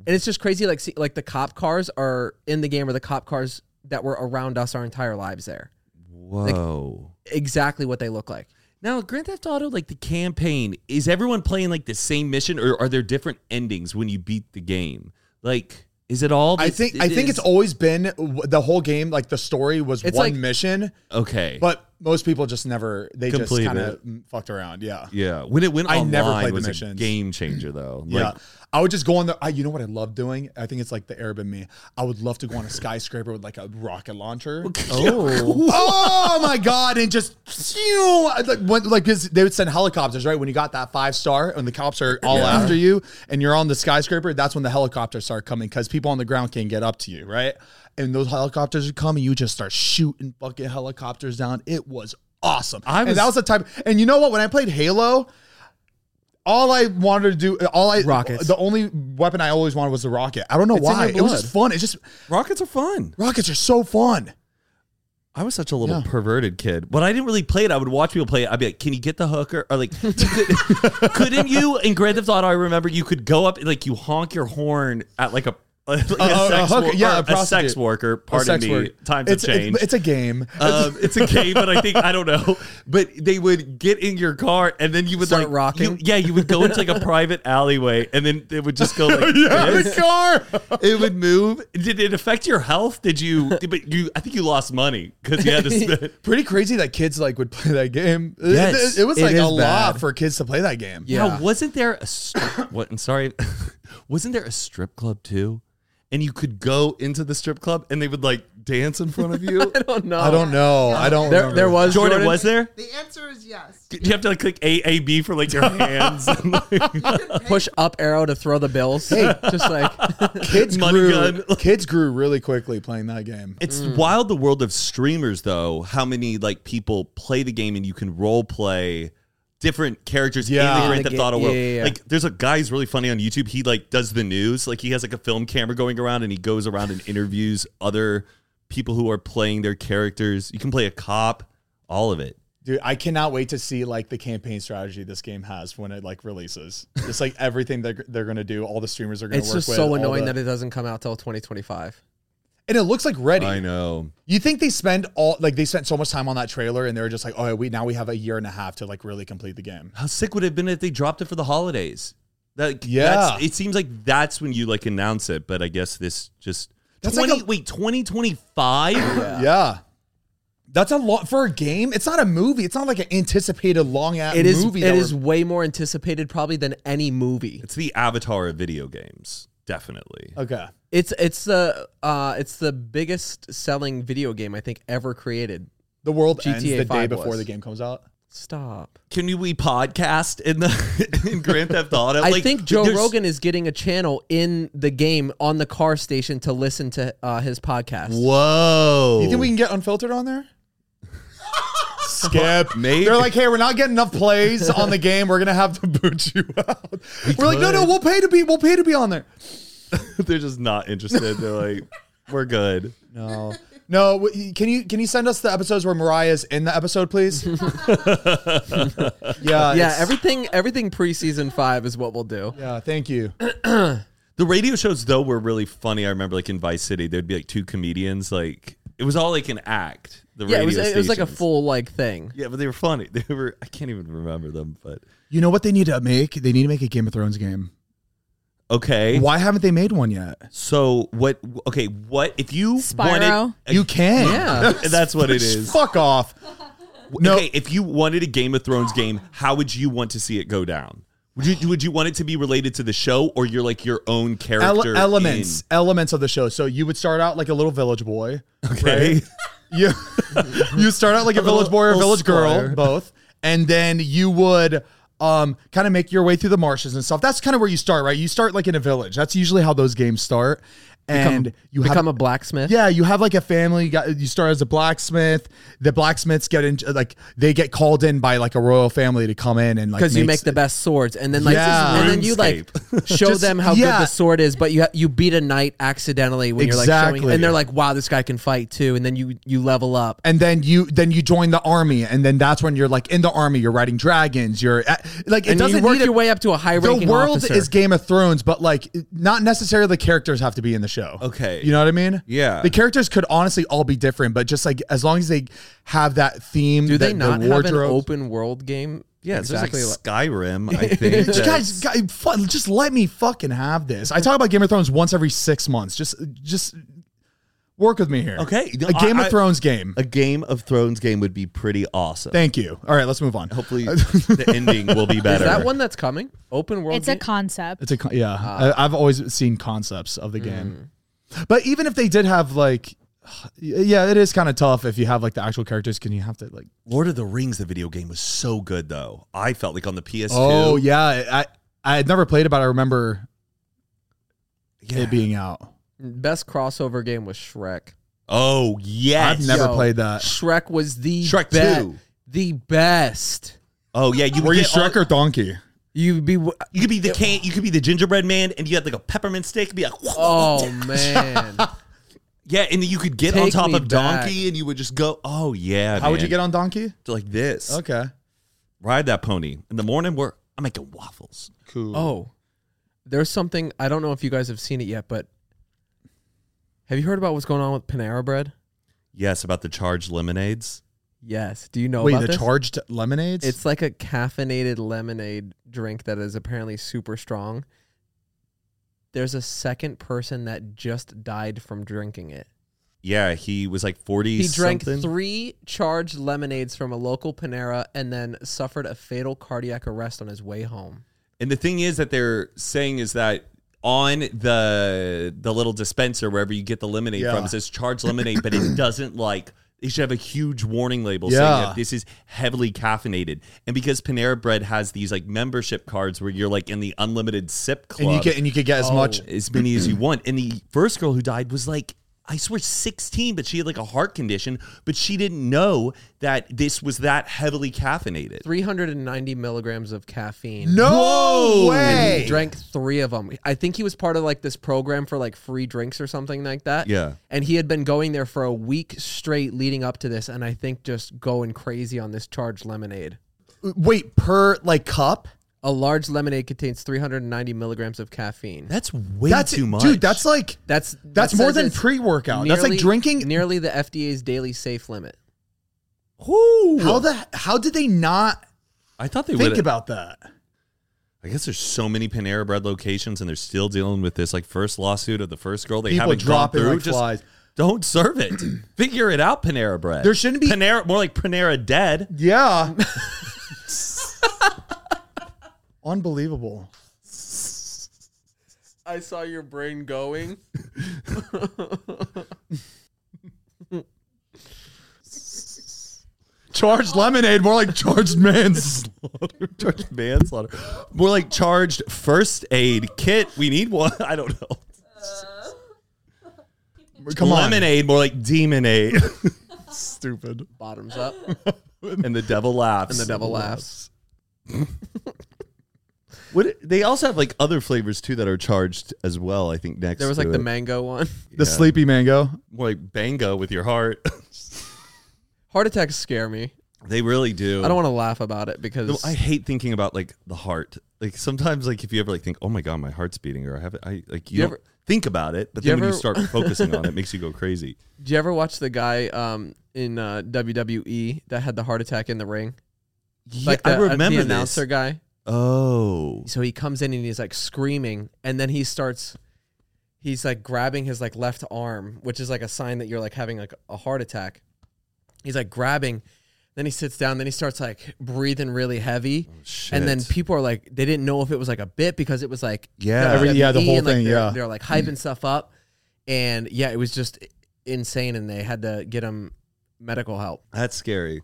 [SPEAKER 4] and it's just crazy. Like, see, like the cop cars are in the game, or the cop cars that were around us our entire lives. There,
[SPEAKER 2] Whoa.
[SPEAKER 4] exactly what they look like.
[SPEAKER 2] now, Grand Theft Auto, like the campaign, is everyone playing like the same mission, or are there different endings when you beat the game? Like, is it all?
[SPEAKER 3] I
[SPEAKER 2] this-
[SPEAKER 3] think
[SPEAKER 2] it
[SPEAKER 3] I think it's
[SPEAKER 2] is-
[SPEAKER 3] always been w- the whole game. Like the story was
[SPEAKER 4] It's
[SPEAKER 3] one
[SPEAKER 4] like-
[SPEAKER 3] mission,
[SPEAKER 2] okay.
[SPEAKER 3] but most people just never they
[SPEAKER 2] Complete
[SPEAKER 3] just kind of fucked around. Yeah,
[SPEAKER 2] yeah, when it went
[SPEAKER 3] I
[SPEAKER 2] online,
[SPEAKER 3] never played the
[SPEAKER 2] was a
[SPEAKER 3] missions.
[SPEAKER 2] game changer though.
[SPEAKER 3] yeah.
[SPEAKER 2] Like,
[SPEAKER 3] I would just go on the. I, you know what I love doing? I think it's like the Arab in me. I would love to go on a skyscraper with like a rocket launcher.
[SPEAKER 2] oh,
[SPEAKER 3] oh my god! And just phew, like when, like because they would send helicopters right when you got that five star and the cops are all after you and you're on the skyscraper. That's when the helicopters start coming because people on the ground can't get up to you, right? And those helicopters would come and you just start shooting fucking helicopters down. It was awesome.
[SPEAKER 2] I was-
[SPEAKER 3] and that was the type. And you know what? When I played Halo. All I wanted to do, all I
[SPEAKER 4] Rockets.
[SPEAKER 3] The only weapon I always wanted was the rocket. I don't know
[SPEAKER 4] It's in
[SPEAKER 3] why.
[SPEAKER 4] your
[SPEAKER 3] It was
[SPEAKER 4] blood.
[SPEAKER 3] just fun. It's just
[SPEAKER 2] rockets are fun.
[SPEAKER 3] rockets are so fun.
[SPEAKER 2] I was such a little
[SPEAKER 3] Yeah.
[SPEAKER 2] perverted kid, but I didn't really play it. I would watch people play it. I'd be like, "Can you get the hooker?" Or like, could, "Couldn't you?" In Grand Theft Auto, I remember you could go up and like you honk your horn at like a like a,
[SPEAKER 3] a
[SPEAKER 2] sex
[SPEAKER 3] hooker,
[SPEAKER 2] wor-
[SPEAKER 3] yeah,
[SPEAKER 2] or
[SPEAKER 3] a
[SPEAKER 2] a, sex
[SPEAKER 3] prostitute.
[SPEAKER 2] worker.
[SPEAKER 3] Or
[SPEAKER 2] Pardon
[SPEAKER 3] sex
[SPEAKER 2] me.
[SPEAKER 3] work.
[SPEAKER 2] Times
[SPEAKER 3] it's,
[SPEAKER 2] have changed.
[SPEAKER 3] It's, it's a game.
[SPEAKER 2] um, it's a game, but I think I don't know. But they would get in your car, and then you would
[SPEAKER 4] Start
[SPEAKER 2] like
[SPEAKER 4] rocking.
[SPEAKER 2] you- yeah, you would go into like a private alleyway, and then it would just go like
[SPEAKER 4] Oh
[SPEAKER 2] this.
[SPEAKER 3] car.
[SPEAKER 2] It would move. Did it affect your health? Did you? But you, I think you lost money because you had to spend.
[SPEAKER 3] Pretty crazy that kids like would play that game. It-
[SPEAKER 2] Yes,
[SPEAKER 3] it, it was
[SPEAKER 4] it
[SPEAKER 3] like
[SPEAKER 4] is
[SPEAKER 3] a lot
[SPEAKER 4] bad.
[SPEAKER 3] for kids to play that game.
[SPEAKER 4] Yeah.
[SPEAKER 2] Now, wasn't there a st- what? I'm sorry, wasn't there a strip club too? And you could go into the strip club, and they would like dance in front of you.
[SPEAKER 4] I don't know.
[SPEAKER 3] I don't know. I don't.
[SPEAKER 4] There,
[SPEAKER 3] remember.
[SPEAKER 4] there was
[SPEAKER 2] Jordan, was there?
[SPEAKER 11] The answer is yes.
[SPEAKER 2] Did you have to like click A A B for like your hands? and, like-
[SPEAKER 4] push up arrow to throw the bills. just like
[SPEAKER 3] kids
[SPEAKER 2] Money
[SPEAKER 3] grew.
[SPEAKER 2] Gun.
[SPEAKER 3] kids grew really quickly playing that game.
[SPEAKER 2] It's wild the world of streamers though, how many like people play the game and you can role play different characters in
[SPEAKER 3] Yeah.
[SPEAKER 2] the
[SPEAKER 3] In
[SPEAKER 2] Grand
[SPEAKER 4] the
[SPEAKER 2] Theft
[SPEAKER 4] ga-
[SPEAKER 2] Auto world.
[SPEAKER 4] yeah, yeah, yeah.
[SPEAKER 2] Like there's a guy who's really funny on YouTube. He like does the news. Like he has like a film camera going around and he goes around and interviews other people who are playing their characters. You can play a cop, all of it.
[SPEAKER 3] Dude, I cannot wait to see like the campaign strategy this game has when it like releases. Just like everything they're, they're gonna do, all the streamers are gonna
[SPEAKER 4] it's
[SPEAKER 3] work
[SPEAKER 4] just
[SPEAKER 3] with.
[SPEAKER 4] so
[SPEAKER 3] all
[SPEAKER 4] annoying
[SPEAKER 3] the-
[SPEAKER 4] that it doesn't come out till 2025.
[SPEAKER 3] and it looks like ready.
[SPEAKER 2] I know.
[SPEAKER 3] You think they spend all like they spent so much time on that trailer and they're just like, oh, we now we have a year and a half to like really complete the game.
[SPEAKER 2] How sick would it have been if they dropped it for the holidays? That,
[SPEAKER 3] Yeah.
[SPEAKER 2] that's- it seems like that's when you like announce it, but I guess this just
[SPEAKER 3] That's like
[SPEAKER 2] 20,
[SPEAKER 3] a-
[SPEAKER 2] wait, 2025?
[SPEAKER 3] Yeah. That's a lot for a game. It's not a movie. It's not like an anticipated long ass
[SPEAKER 4] It is.
[SPEAKER 3] movie.
[SPEAKER 4] it
[SPEAKER 3] that
[SPEAKER 4] is
[SPEAKER 3] we're-
[SPEAKER 4] way more anticipated probably than any movie.
[SPEAKER 2] It's the avatar of video games, definitely. Uh,
[SPEAKER 3] okay.
[SPEAKER 4] It's it's the uh it's the biggest selling video game I think ever created.
[SPEAKER 3] The world
[SPEAKER 4] GTA
[SPEAKER 3] ends the day
[SPEAKER 4] 5
[SPEAKER 3] before
[SPEAKER 4] was.
[SPEAKER 3] the game comes out.
[SPEAKER 4] Stop.
[SPEAKER 2] Can you we podcast in the in Grand Theft Auto?
[SPEAKER 4] I think Joe
[SPEAKER 2] there's-
[SPEAKER 4] Rogan is getting a channel in the game on the car station to listen to uh, his podcast.
[SPEAKER 2] Whoa!
[SPEAKER 3] You think we can get unfiltered on there? Skip.
[SPEAKER 2] Maybe.
[SPEAKER 3] They're like, hey, we're not getting enough plays on the game. We're gonna have to boot you out. We are like, no, no,
[SPEAKER 2] could.
[SPEAKER 3] we'll pay to be, we'll pay to be on there.
[SPEAKER 2] They're just not interested. They're like, we're good.
[SPEAKER 3] No, no. w- Can you can you send us the episodes where Mariah's in the episode, please? yeah,
[SPEAKER 4] yeah,
[SPEAKER 3] it's-
[SPEAKER 4] everything everything preseason five is what we'll do.
[SPEAKER 3] yeah. Thank you.
[SPEAKER 2] The radio shows though were really funny. I remember like in Vice City, there'd be like two comedians. Like it was all like an act. The
[SPEAKER 4] Yeah,
[SPEAKER 2] radio
[SPEAKER 4] it was it was like a
[SPEAKER 2] stations.
[SPEAKER 4] full like thing.
[SPEAKER 2] Yeah, but they were funny. They were. I can't even remember them, but
[SPEAKER 3] You know what they need to make? They need to make a Game of Thrones game.
[SPEAKER 2] Okay.
[SPEAKER 3] Why haven't they made one yet?
[SPEAKER 2] So what? Okay, what if you
[SPEAKER 5] Spyro.
[SPEAKER 2] wanted?
[SPEAKER 3] You can.
[SPEAKER 4] Yeah.
[SPEAKER 2] that's what it is.
[SPEAKER 3] Fuck off. No.
[SPEAKER 2] Okay, if you wanted a Game of Thrones game, how would you want to see it go down? Would you would you want it to be related to the show, or you're like your own
[SPEAKER 3] Ele-
[SPEAKER 2] character?
[SPEAKER 3] elements,
[SPEAKER 2] in-
[SPEAKER 3] elements of the show. So you would start out like a little village boy.
[SPEAKER 2] okay.
[SPEAKER 3] You you start out like a, village boy or a
[SPEAKER 2] little
[SPEAKER 3] village girl,
[SPEAKER 2] squire.
[SPEAKER 3] both, and then you would um kind of make your way through the marshes and stuff. That's kind of where you start, right? You start like in a village. That's usually how those games start. And you have
[SPEAKER 4] become a blacksmith.
[SPEAKER 3] Yeah, you have like a family. You, got, you start as a blacksmith. The blacksmiths get in, like they get called in by like a royal family to come in and like
[SPEAKER 4] because you make
[SPEAKER 3] makes-
[SPEAKER 4] the best swords, and then like,
[SPEAKER 3] Yeah.
[SPEAKER 4] and then you like show
[SPEAKER 3] Just-
[SPEAKER 4] them how
[SPEAKER 3] yeah.
[SPEAKER 4] good the sword is, but you you beat a knight accidentally when you're like showing,
[SPEAKER 3] Exactly.
[SPEAKER 4] and they're like, wow, this guy can fight too, and then you you level up.
[SPEAKER 3] and then you then you join the army, and then that's when you're like in the army. You're riding dragons. You're at, like it
[SPEAKER 4] And
[SPEAKER 3] doesn't
[SPEAKER 4] you work
[SPEAKER 3] need a-
[SPEAKER 4] your way up to a high
[SPEAKER 3] The
[SPEAKER 4] ranking
[SPEAKER 3] world
[SPEAKER 4] officer.
[SPEAKER 3] is Game of Thrones, but like not necessarily the characters have to be in the show.
[SPEAKER 2] Okay.
[SPEAKER 3] you know what I mean?
[SPEAKER 2] Yeah.
[SPEAKER 3] the characters could honestly all be different, but just like as long as they have that theme,
[SPEAKER 4] Do they
[SPEAKER 3] that-
[SPEAKER 4] not
[SPEAKER 3] the
[SPEAKER 4] have an
[SPEAKER 3] wardrobes-
[SPEAKER 4] open world game?
[SPEAKER 2] Yeah, it's just
[SPEAKER 4] exactly. like-
[SPEAKER 2] like Skyrim. I think
[SPEAKER 3] Just
[SPEAKER 2] that's-
[SPEAKER 3] guys, guys, fu- just let me fucking have this. I talk about Game of Thrones once every six months. Just, just work with me here.
[SPEAKER 2] Okay.
[SPEAKER 3] a Game
[SPEAKER 2] I-
[SPEAKER 3] of Thrones game.
[SPEAKER 2] a Game of Thrones game would be pretty awesome.
[SPEAKER 3] Thank you. All right, let's move on.
[SPEAKER 2] Hopefully, the ending will be
[SPEAKER 4] Is
[SPEAKER 2] better.
[SPEAKER 4] that one that's coming? Open world.
[SPEAKER 5] It's a
[SPEAKER 4] game?
[SPEAKER 5] concept.
[SPEAKER 3] It's a con- yeah.
[SPEAKER 2] Ah.
[SPEAKER 3] I, I've always seen concepts of
[SPEAKER 2] Mm.
[SPEAKER 3] the game, but even if they did have like, yeah, it is kind of tough if you have like the actual characters. Can you have to like?
[SPEAKER 2] Lord of the Rings, the video game was so good though. I felt like on the PS2.
[SPEAKER 3] Oh yeah, I I had never played it, but I remember
[SPEAKER 2] Yeah.
[SPEAKER 3] it being out.
[SPEAKER 4] best crossover game was Shrek.
[SPEAKER 2] Oh yes.
[SPEAKER 3] I've never
[SPEAKER 4] Yo,
[SPEAKER 3] played that.
[SPEAKER 4] Shrek was the
[SPEAKER 2] Shrek
[SPEAKER 4] Shrek be-
[SPEAKER 2] 2.
[SPEAKER 4] the best.
[SPEAKER 2] Oh yeah. You
[SPEAKER 3] Were
[SPEAKER 2] would
[SPEAKER 3] you
[SPEAKER 2] get all-
[SPEAKER 3] Shrek or Donkey?
[SPEAKER 4] You be
[SPEAKER 2] You could be the can. You could be the gingerbread man, and you had like a peppermint stick. Be like,
[SPEAKER 4] oh man.
[SPEAKER 2] yeah, and then you could get on
[SPEAKER 4] Take
[SPEAKER 2] top
[SPEAKER 4] me
[SPEAKER 2] of
[SPEAKER 4] back.
[SPEAKER 2] donkey, and you would just go, oh yeah.
[SPEAKER 3] How would you
[SPEAKER 2] man."
[SPEAKER 3] get on Donkey?
[SPEAKER 2] like this?
[SPEAKER 3] Okay.
[SPEAKER 2] Ride that pony in the morning. We're I'm making waffles.
[SPEAKER 3] Cool.
[SPEAKER 4] Oh, there's something I don't know if you guys have seen it yet, but have you heard about what's going on with Panera Bread?
[SPEAKER 2] Yes, about the charged lemonades.
[SPEAKER 4] Yes. Do you know
[SPEAKER 3] Wait,
[SPEAKER 4] about
[SPEAKER 3] the
[SPEAKER 4] this?
[SPEAKER 3] charged lemonades?
[SPEAKER 4] It's like a caffeinated lemonade drink that is apparently super strong. There's a second person that just died from drinking it.
[SPEAKER 2] Yeah, he was like forty.
[SPEAKER 4] He drank
[SPEAKER 2] something.
[SPEAKER 4] three charged lemonades from a local Panera and then suffered a fatal cardiac arrest on his way home.
[SPEAKER 2] And the thing is that they're saying is that on the the little dispenser wherever you get the lemonade
[SPEAKER 3] Yeah.
[SPEAKER 2] from it says charged lemonade, but it doesn't like it should have a huge warning label saying
[SPEAKER 3] Yeah.
[SPEAKER 2] that this is heavily caffeinated. And because Panera Bread has these like membership cards where you're like in the unlimited sip club,
[SPEAKER 3] and you get and you could get as
[SPEAKER 2] Oh,
[SPEAKER 3] much.
[SPEAKER 2] as many as you want. And the first girl who died was like, I swear, 16, but she had like a heart condition, but she didn't know that this was that heavily caffeinated.
[SPEAKER 4] 390 milligrams of caffeine.
[SPEAKER 3] No
[SPEAKER 4] And
[SPEAKER 3] way.
[SPEAKER 4] he drank three of them. I think he was part of like this program for like free drinks or something like that.
[SPEAKER 2] Yeah.
[SPEAKER 4] And he had been going there for a week straight leading up to this, and I think just going crazy on this charged lemonade.
[SPEAKER 3] Wait, per like cup?
[SPEAKER 4] A large lemonade contains 390 milligrams of caffeine.
[SPEAKER 2] That's way
[SPEAKER 3] That's
[SPEAKER 2] too much.
[SPEAKER 3] Dude, that's like
[SPEAKER 4] That's
[SPEAKER 3] That's
[SPEAKER 4] that
[SPEAKER 3] more
[SPEAKER 4] says
[SPEAKER 3] than
[SPEAKER 4] it's
[SPEAKER 3] pre-workout. That's like
[SPEAKER 4] nearly-
[SPEAKER 3] drinking-
[SPEAKER 4] nearly the FDA's daily safe limit.
[SPEAKER 3] how the how did they not
[SPEAKER 2] I thought they
[SPEAKER 3] think
[SPEAKER 2] would.
[SPEAKER 3] about that?
[SPEAKER 2] I guess there's so many Panera Bread locations, and they're still dealing with this like first lawsuit of the first girl they
[SPEAKER 3] People
[SPEAKER 2] haven't dropped
[SPEAKER 3] dropping
[SPEAKER 2] through.
[SPEAKER 3] like
[SPEAKER 2] Just
[SPEAKER 3] flies.
[SPEAKER 2] don't serve it. Figure it out, Panera Bread.
[SPEAKER 3] There shouldn't be-
[SPEAKER 2] Panera, more like Panera Dead.
[SPEAKER 3] Yeah. Unbelievable.
[SPEAKER 4] I saw your brain going.
[SPEAKER 3] Charged lemonade, more like charged man's.
[SPEAKER 2] Charged manslaughter. More like charged first aid kit. We need one. I don't know.
[SPEAKER 3] Come on.
[SPEAKER 2] Lemonade, more like demonade.
[SPEAKER 3] Stupid.
[SPEAKER 4] Bottoms up,
[SPEAKER 2] and the devil laughs.
[SPEAKER 4] and the devil laughs.
[SPEAKER 2] What, they also have like other flavors too that are charged as well. I think next
[SPEAKER 4] There was
[SPEAKER 2] to
[SPEAKER 4] like the
[SPEAKER 2] it.
[SPEAKER 4] mango one.
[SPEAKER 3] The sleepy mango.
[SPEAKER 2] more like bango with your heart.
[SPEAKER 4] Heart attacks scare me.
[SPEAKER 2] they really do.
[SPEAKER 4] I don't want to laugh about it
[SPEAKER 2] No,
[SPEAKER 4] because
[SPEAKER 2] I hate thinking about like the heart. Like sometimes, like if you ever like think, "Oh my god, my heart's beating," or "I have," I like you,
[SPEAKER 4] You
[SPEAKER 2] don't
[SPEAKER 4] ever-
[SPEAKER 2] think about it, but
[SPEAKER 4] You
[SPEAKER 2] then when you
[SPEAKER 4] ever-
[SPEAKER 2] start focusing on it, it makes you go crazy.
[SPEAKER 4] do you ever watch the guy um, in uh, WWE that E had the heart attack in the ring?
[SPEAKER 2] Yeah, I
[SPEAKER 4] the, uh,
[SPEAKER 2] remember
[SPEAKER 4] the announcer
[SPEAKER 2] this.
[SPEAKER 4] guy.
[SPEAKER 2] Oh.
[SPEAKER 4] So he comes in and he's like screaming, and then he starts, he's like grabbing his like left arm, which is like a sign that you're like having like a heart attack. He's like grabbing, then he sits down, then he starts like breathing really heavy,
[SPEAKER 3] Oh,
[SPEAKER 4] and then
[SPEAKER 2] shit.
[SPEAKER 4] people are like they didn't know if it was like a bit because it was like
[SPEAKER 2] Yeah.
[SPEAKER 3] Every- yeah, the
[SPEAKER 4] WWE,
[SPEAKER 3] whole
[SPEAKER 4] and, like,
[SPEAKER 3] thing,
[SPEAKER 4] they're-
[SPEAKER 3] yeah.
[SPEAKER 4] they're like hyping stuff up, and yeah, it was just insane, and they had to get him medical help.
[SPEAKER 2] That's scary.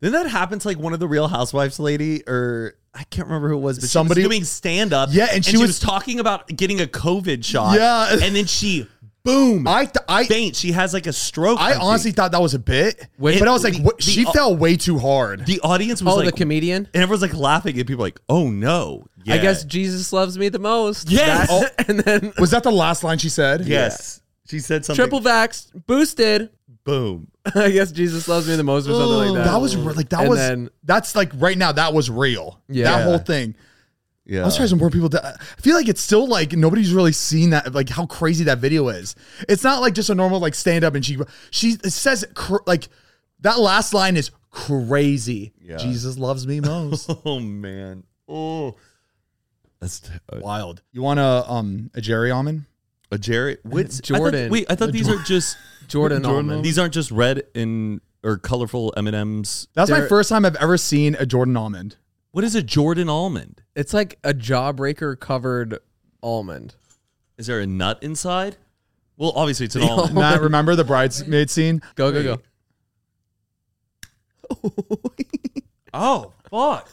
[SPEAKER 2] Then that happens like one of the Real Housewives lady, or I can't remember who it was, but
[SPEAKER 3] Somebody-
[SPEAKER 2] she was doing stand up.
[SPEAKER 3] Yeah, and she
[SPEAKER 2] was,
[SPEAKER 3] was-
[SPEAKER 2] talking about getting a COVID shot.
[SPEAKER 3] Yeah.
[SPEAKER 2] and then she, boom,
[SPEAKER 3] I th- I
[SPEAKER 2] faint. She has like a stroke.
[SPEAKER 3] I
[SPEAKER 2] think.
[SPEAKER 3] honestly thought that was a bit,
[SPEAKER 2] Wait,
[SPEAKER 3] but I was like,
[SPEAKER 2] the-
[SPEAKER 3] what,
[SPEAKER 2] the-
[SPEAKER 3] she fell way too hard.
[SPEAKER 2] the audience was
[SPEAKER 4] Oh,
[SPEAKER 2] like,
[SPEAKER 4] the comedian.
[SPEAKER 2] and everyone's like laughing, and people were like, oh no,
[SPEAKER 4] I
[SPEAKER 2] Yeah.
[SPEAKER 4] guess Jesus loves me the most.
[SPEAKER 2] Yes.
[SPEAKER 4] That- and then
[SPEAKER 3] was that the last line she said?
[SPEAKER 2] yes. She said something.
[SPEAKER 4] triple vaxxed, boosted.
[SPEAKER 2] boom.
[SPEAKER 4] I guess Jesus loves me the most or something like Oh, that.
[SPEAKER 3] That was re- like that
[SPEAKER 4] And
[SPEAKER 3] was
[SPEAKER 4] then-
[SPEAKER 3] that's like right now that was real.
[SPEAKER 4] Yeah.
[SPEAKER 3] That whole thing.
[SPEAKER 2] Yeah,
[SPEAKER 3] I was surprised more people. Did. I feel like it's still like nobody's really seen that like how crazy that video is. It's not like just a normal like stand up and she she it says cr- like that last line is crazy.
[SPEAKER 2] Yeah.
[SPEAKER 3] Jesus loves me most.
[SPEAKER 2] Oh man. Oh, that's t- uh,
[SPEAKER 3] Wild. You want a um a Jerry almond?
[SPEAKER 2] a Jerry. What's I thought-
[SPEAKER 4] Jordan.
[SPEAKER 2] wait, I thought these are just
[SPEAKER 4] Jordan Jordan almond.
[SPEAKER 2] These aren't just red and or colorful M and M's.
[SPEAKER 3] That's my
[SPEAKER 4] There-
[SPEAKER 3] first time I've ever seen a Jordan almond.
[SPEAKER 2] What is a Jordan almond?
[SPEAKER 4] It's like a jawbreaker covered almond.
[SPEAKER 2] Is there a nut inside? Well, obviously it's an
[SPEAKER 4] The
[SPEAKER 2] almond.
[SPEAKER 3] Matt, remember the bridesmaid scene?
[SPEAKER 4] Go go go.
[SPEAKER 2] Oh fuck!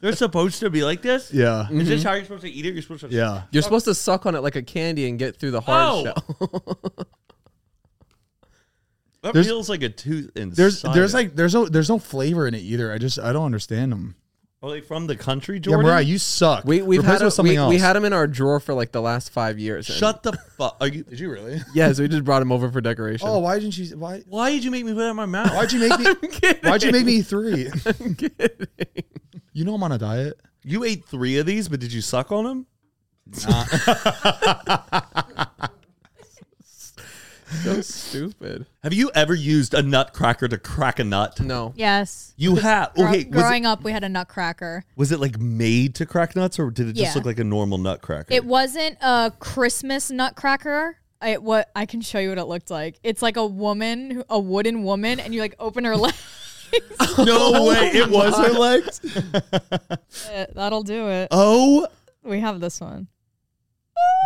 [SPEAKER 2] They're supposed to be like this.
[SPEAKER 3] Yeah,
[SPEAKER 2] Is this how you're supposed to eat it? You're supposed to.
[SPEAKER 3] Mm-hmm. yeah.
[SPEAKER 4] You're supposed to suck on it like a candy and get through the hard
[SPEAKER 2] Ow.
[SPEAKER 4] shell.
[SPEAKER 2] That
[SPEAKER 3] There's-
[SPEAKER 2] feels like a tooth inside.
[SPEAKER 3] There's there's
[SPEAKER 2] it.
[SPEAKER 3] like there's no there's no flavor in it either. I just I don't understand them.
[SPEAKER 2] Are they from the country,
[SPEAKER 3] Yeah,
[SPEAKER 2] Jordan?
[SPEAKER 3] Mariah, you suck.
[SPEAKER 4] we we've
[SPEAKER 3] Replace
[SPEAKER 4] had
[SPEAKER 3] it with
[SPEAKER 4] a, we,
[SPEAKER 3] something
[SPEAKER 4] we
[SPEAKER 3] else.
[SPEAKER 4] had them in our drawer for like the last five years. and-
[SPEAKER 2] Shut the fuck. Are you? Did you really?
[SPEAKER 4] Yes, we just brought them over for decoration.
[SPEAKER 3] Oh, why didn't she? Why?
[SPEAKER 2] Why did you make me put it in my mouth?
[SPEAKER 3] Why'd you make me? Why'd you make me eat 3 You know I'm on a diet.
[SPEAKER 2] You ate three of these, but did you suck on them?
[SPEAKER 4] so stupid.
[SPEAKER 2] Have you ever used a nutcracker to crack a nut?
[SPEAKER 4] No.
[SPEAKER 5] Yes.
[SPEAKER 2] You have.
[SPEAKER 5] Gro-
[SPEAKER 2] Okay, was
[SPEAKER 5] growing
[SPEAKER 2] it,
[SPEAKER 5] up, we had a nutcracker.
[SPEAKER 2] was it like made to crack nuts, or did it
[SPEAKER 5] Yeah.
[SPEAKER 2] just look like a normal nutcracker?
[SPEAKER 5] It wasn't a Christmas nutcracker. I what I can show you what it looked like. It's like a woman, who- a wooden woman, and you like open her leg.
[SPEAKER 3] Oh
[SPEAKER 2] no way. It was her legs.
[SPEAKER 5] That'll do it.
[SPEAKER 2] Oh,
[SPEAKER 5] We have this one.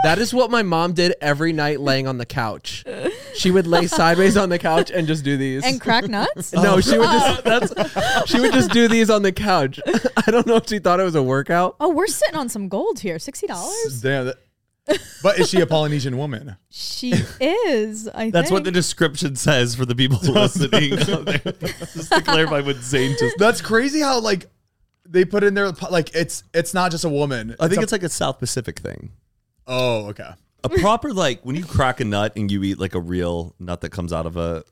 [SPEAKER 4] That is what my mom did every night laying on the couch. She would lay sideways on the couch and just do these.
[SPEAKER 5] And crack nuts?
[SPEAKER 4] No, she would just Oh. that's she would just do these on the couch. I don't know if she thought it was a workout.
[SPEAKER 5] Oh, we're sitting on some gold here. Sixty dollars?
[SPEAKER 3] Damn. That, but is she a Polynesian woman?
[SPEAKER 5] She is. I
[SPEAKER 2] that's what the
[SPEAKER 5] think.
[SPEAKER 2] description says for the people listening. out there. just to clarify what Zane just.
[SPEAKER 3] That's crazy. How like they put in there like it's it's not just a woman.
[SPEAKER 2] I think
[SPEAKER 3] a-
[SPEAKER 2] it's like a South Pacific thing.
[SPEAKER 3] oh okay.
[SPEAKER 2] A proper like when you crack a nut and you eat like a real nut that comes out of a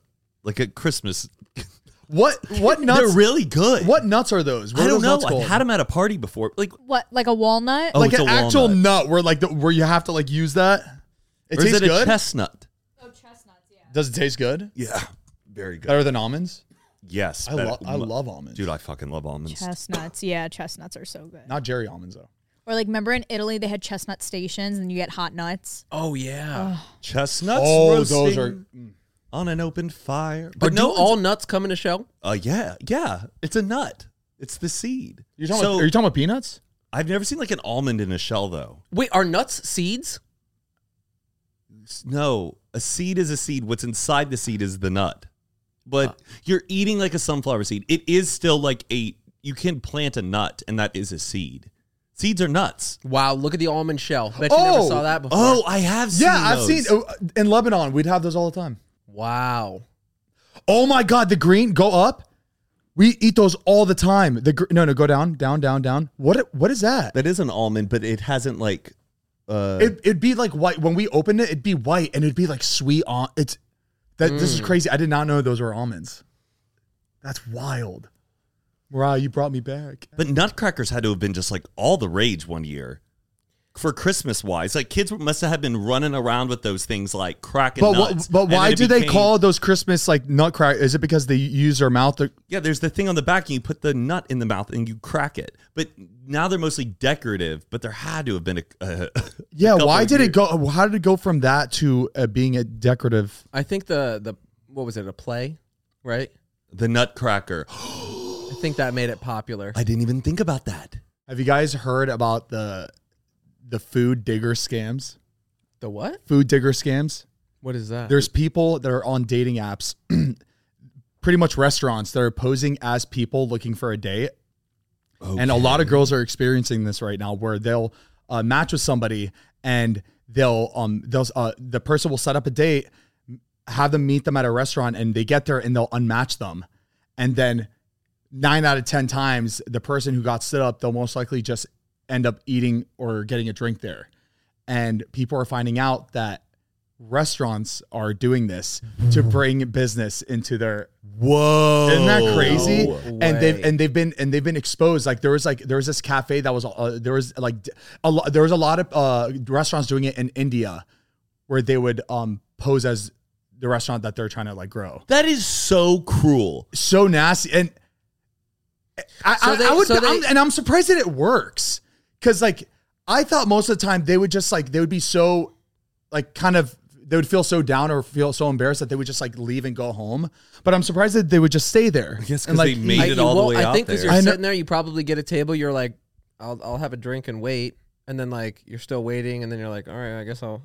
[SPEAKER 2] like a Christmas.
[SPEAKER 3] What what
[SPEAKER 2] They're
[SPEAKER 3] nuts?
[SPEAKER 2] really good.
[SPEAKER 3] what nuts are those? What
[SPEAKER 2] I
[SPEAKER 3] are those
[SPEAKER 2] don't know.
[SPEAKER 3] nuts
[SPEAKER 2] I've
[SPEAKER 3] called?
[SPEAKER 2] had them at a party before. Like
[SPEAKER 5] what like a walnut?
[SPEAKER 2] Oh,
[SPEAKER 3] like
[SPEAKER 2] it's
[SPEAKER 3] an
[SPEAKER 2] a
[SPEAKER 3] actual
[SPEAKER 2] walnut.
[SPEAKER 3] nut where like the, where you have to like use that. It
[SPEAKER 2] or is
[SPEAKER 3] tastes
[SPEAKER 2] it a
[SPEAKER 3] good.
[SPEAKER 2] chestnut?
[SPEAKER 3] Does it taste good?
[SPEAKER 2] Yeah, very good.
[SPEAKER 3] Better than almonds?
[SPEAKER 2] Yes,
[SPEAKER 3] I,
[SPEAKER 2] better-
[SPEAKER 3] lo- I love almonds.
[SPEAKER 2] Dude, I fucking love almonds.
[SPEAKER 5] Chestnuts. Yeah, chestnuts are so good.
[SPEAKER 3] Not Jerry almonds though.
[SPEAKER 5] Or like remember in Italy they had chestnut stations and you get hot nuts.
[SPEAKER 4] Oh yeah.
[SPEAKER 2] Chestnuts
[SPEAKER 3] Oh,
[SPEAKER 2] roasting
[SPEAKER 3] those are-
[SPEAKER 2] on an open fire.
[SPEAKER 4] But do
[SPEAKER 2] one's-
[SPEAKER 4] all nuts come in a shell?
[SPEAKER 2] Uh, yeah, yeah. It's a nut. It's the seed.
[SPEAKER 3] You're talking
[SPEAKER 2] so
[SPEAKER 3] about, are you talking about peanuts?
[SPEAKER 2] I've never seen like an almond in a shell though.
[SPEAKER 4] Wait, are nuts seeds?
[SPEAKER 2] S- No, a seed is a seed. What's inside the seed is the nut. But you're eating like a sunflower seed. It is still like a you can plant a nut and that is a seed. Seeds are nuts.
[SPEAKER 4] Wow, look at the almond shell. Bet you never
[SPEAKER 3] Oh.
[SPEAKER 4] saw that before.
[SPEAKER 2] Oh, I have seen
[SPEAKER 3] Yeah, I've seen
[SPEAKER 2] those.
[SPEAKER 3] uh, in Lebanon. We'd have those all the time.
[SPEAKER 4] wow.
[SPEAKER 3] Oh my God, the green go up. We eat those all the time. The gr- no, no, go down, down, down, down. What what is that?
[SPEAKER 2] That is an almond, but it hasn't like uh
[SPEAKER 3] It, it'd be like white when we opened it. It'd be white and it'd be like sweet on. It's that this
[SPEAKER 2] Mm.
[SPEAKER 3] is crazy. I did not know those were almonds. That's wild, Mariah. You brought me back.
[SPEAKER 2] But nutcrackers had to have been just like all the rage one year. for Christmas wise. Like kids must have been running around with those things like cracking
[SPEAKER 3] But wha-
[SPEAKER 2] nuts.
[SPEAKER 3] but
[SPEAKER 2] And then
[SPEAKER 3] why
[SPEAKER 2] it
[SPEAKER 3] do they
[SPEAKER 2] became-
[SPEAKER 3] call those Christmas like nutcracker? Is it because they use their mouth? to-
[SPEAKER 2] Yeah, there's the thing on the back, and you put the nut in the mouth and you crack it. But now they're mostly decorative. But there had to have been a, a
[SPEAKER 3] yeah.
[SPEAKER 2] couple
[SPEAKER 3] Why
[SPEAKER 2] of
[SPEAKER 3] did
[SPEAKER 2] years.
[SPEAKER 3] it go? How did it go from that to uh, being a decorative?
[SPEAKER 4] I think the the what was it a play, right?
[SPEAKER 2] the Nutcracker.
[SPEAKER 4] I think that made it popular.
[SPEAKER 2] I didn't even think about that.
[SPEAKER 3] Have you guys heard about the the food digger scams?
[SPEAKER 4] the what?
[SPEAKER 3] Food digger scams.
[SPEAKER 4] What is that?
[SPEAKER 3] There's people that are on dating apps, pretty much restaurants that are posing as people looking for a date. And a lot of girls are experiencing this right now, where they'll uh, match with somebody and they'll um they'll uh, the person will set up a date, have them meet them at a restaurant, and they get there and they'll unmatch them, and then nine out of ten times the person who got stood up they'll most likely just end up eating or getting a drink there, and people are finding out that restaurants are doing this to bring business into their
[SPEAKER 2] Whoa!
[SPEAKER 3] isn't that crazy? and
[SPEAKER 4] way.
[SPEAKER 3] they've and they've been and they've been exposed. Like there was like there was this cafe that was uh, there was like d- a lot there was a lot of uh, restaurants doing it in India where they would um pose as the restaurant that they're trying to like grow.
[SPEAKER 2] That is so cruel.
[SPEAKER 3] So nasty and I,
[SPEAKER 4] So
[SPEAKER 3] I-
[SPEAKER 4] they-
[SPEAKER 3] I would
[SPEAKER 4] so they-
[SPEAKER 3] I'm, and I'm surprised that it works because like I thought most of the time they would just like they would be so like kind of they would feel so down or feel so embarrassed that they would just like leave and go home. But I'm surprised that they would just stay there.
[SPEAKER 2] Yes,
[SPEAKER 3] And,
[SPEAKER 2] because they
[SPEAKER 3] like,
[SPEAKER 2] made
[SPEAKER 4] I,
[SPEAKER 2] it
[SPEAKER 4] you
[SPEAKER 2] all the
[SPEAKER 4] won't-
[SPEAKER 2] way
[SPEAKER 4] I
[SPEAKER 2] out
[SPEAKER 4] think
[SPEAKER 2] there.
[SPEAKER 4] because you're
[SPEAKER 3] I know-
[SPEAKER 4] sitting there, you probably get a table. You're like, I'll I'll have a drink and wait, and then like you're still waiting, and then you're like, all right, I guess I'll.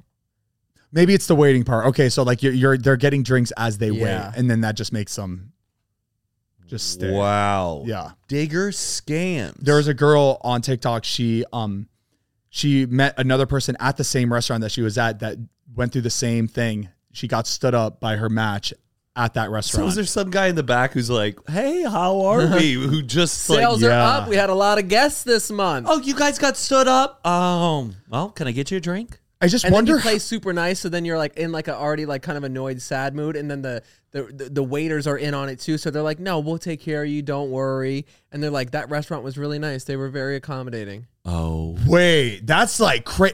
[SPEAKER 3] Maybe it's the waiting part. Okay, so like you're, you're they're getting drinks as they
[SPEAKER 4] Yeah.
[SPEAKER 3] wait, and then that just makes them just stare.
[SPEAKER 2] Wow.
[SPEAKER 3] Yeah.
[SPEAKER 2] Digger scams.
[SPEAKER 3] There was a girl on TikTok. She um she met another person at the same restaurant that she was at that went through the same thing. She got stood up by her match at that
[SPEAKER 2] So
[SPEAKER 3] restaurant.
[SPEAKER 2] is there some guy in the back who's like, "Hey, how are we?" Who just like,
[SPEAKER 4] Sales
[SPEAKER 3] yeah.
[SPEAKER 4] are up. We had a lot of guests this month.
[SPEAKER 2] "Oh, you guys got stood up." Um, well, can I get you a drink?
[SPEAKER 3] I just
[SPEAKER 4] and
[SPEAKER 3] wonder.
[SPEAKER 4] then you play super nice, so then you're like in like a already like kind of annoyed, sad mood, and then the, the the the waiters are in on it too. So they're like, "No, we'll take care of you. Don't worry." And they're like, "That restaurant was really nice. They were very accommodating."
[SPEAKER 2] Oh,
[SPEAKER 3] Wait, that's like cra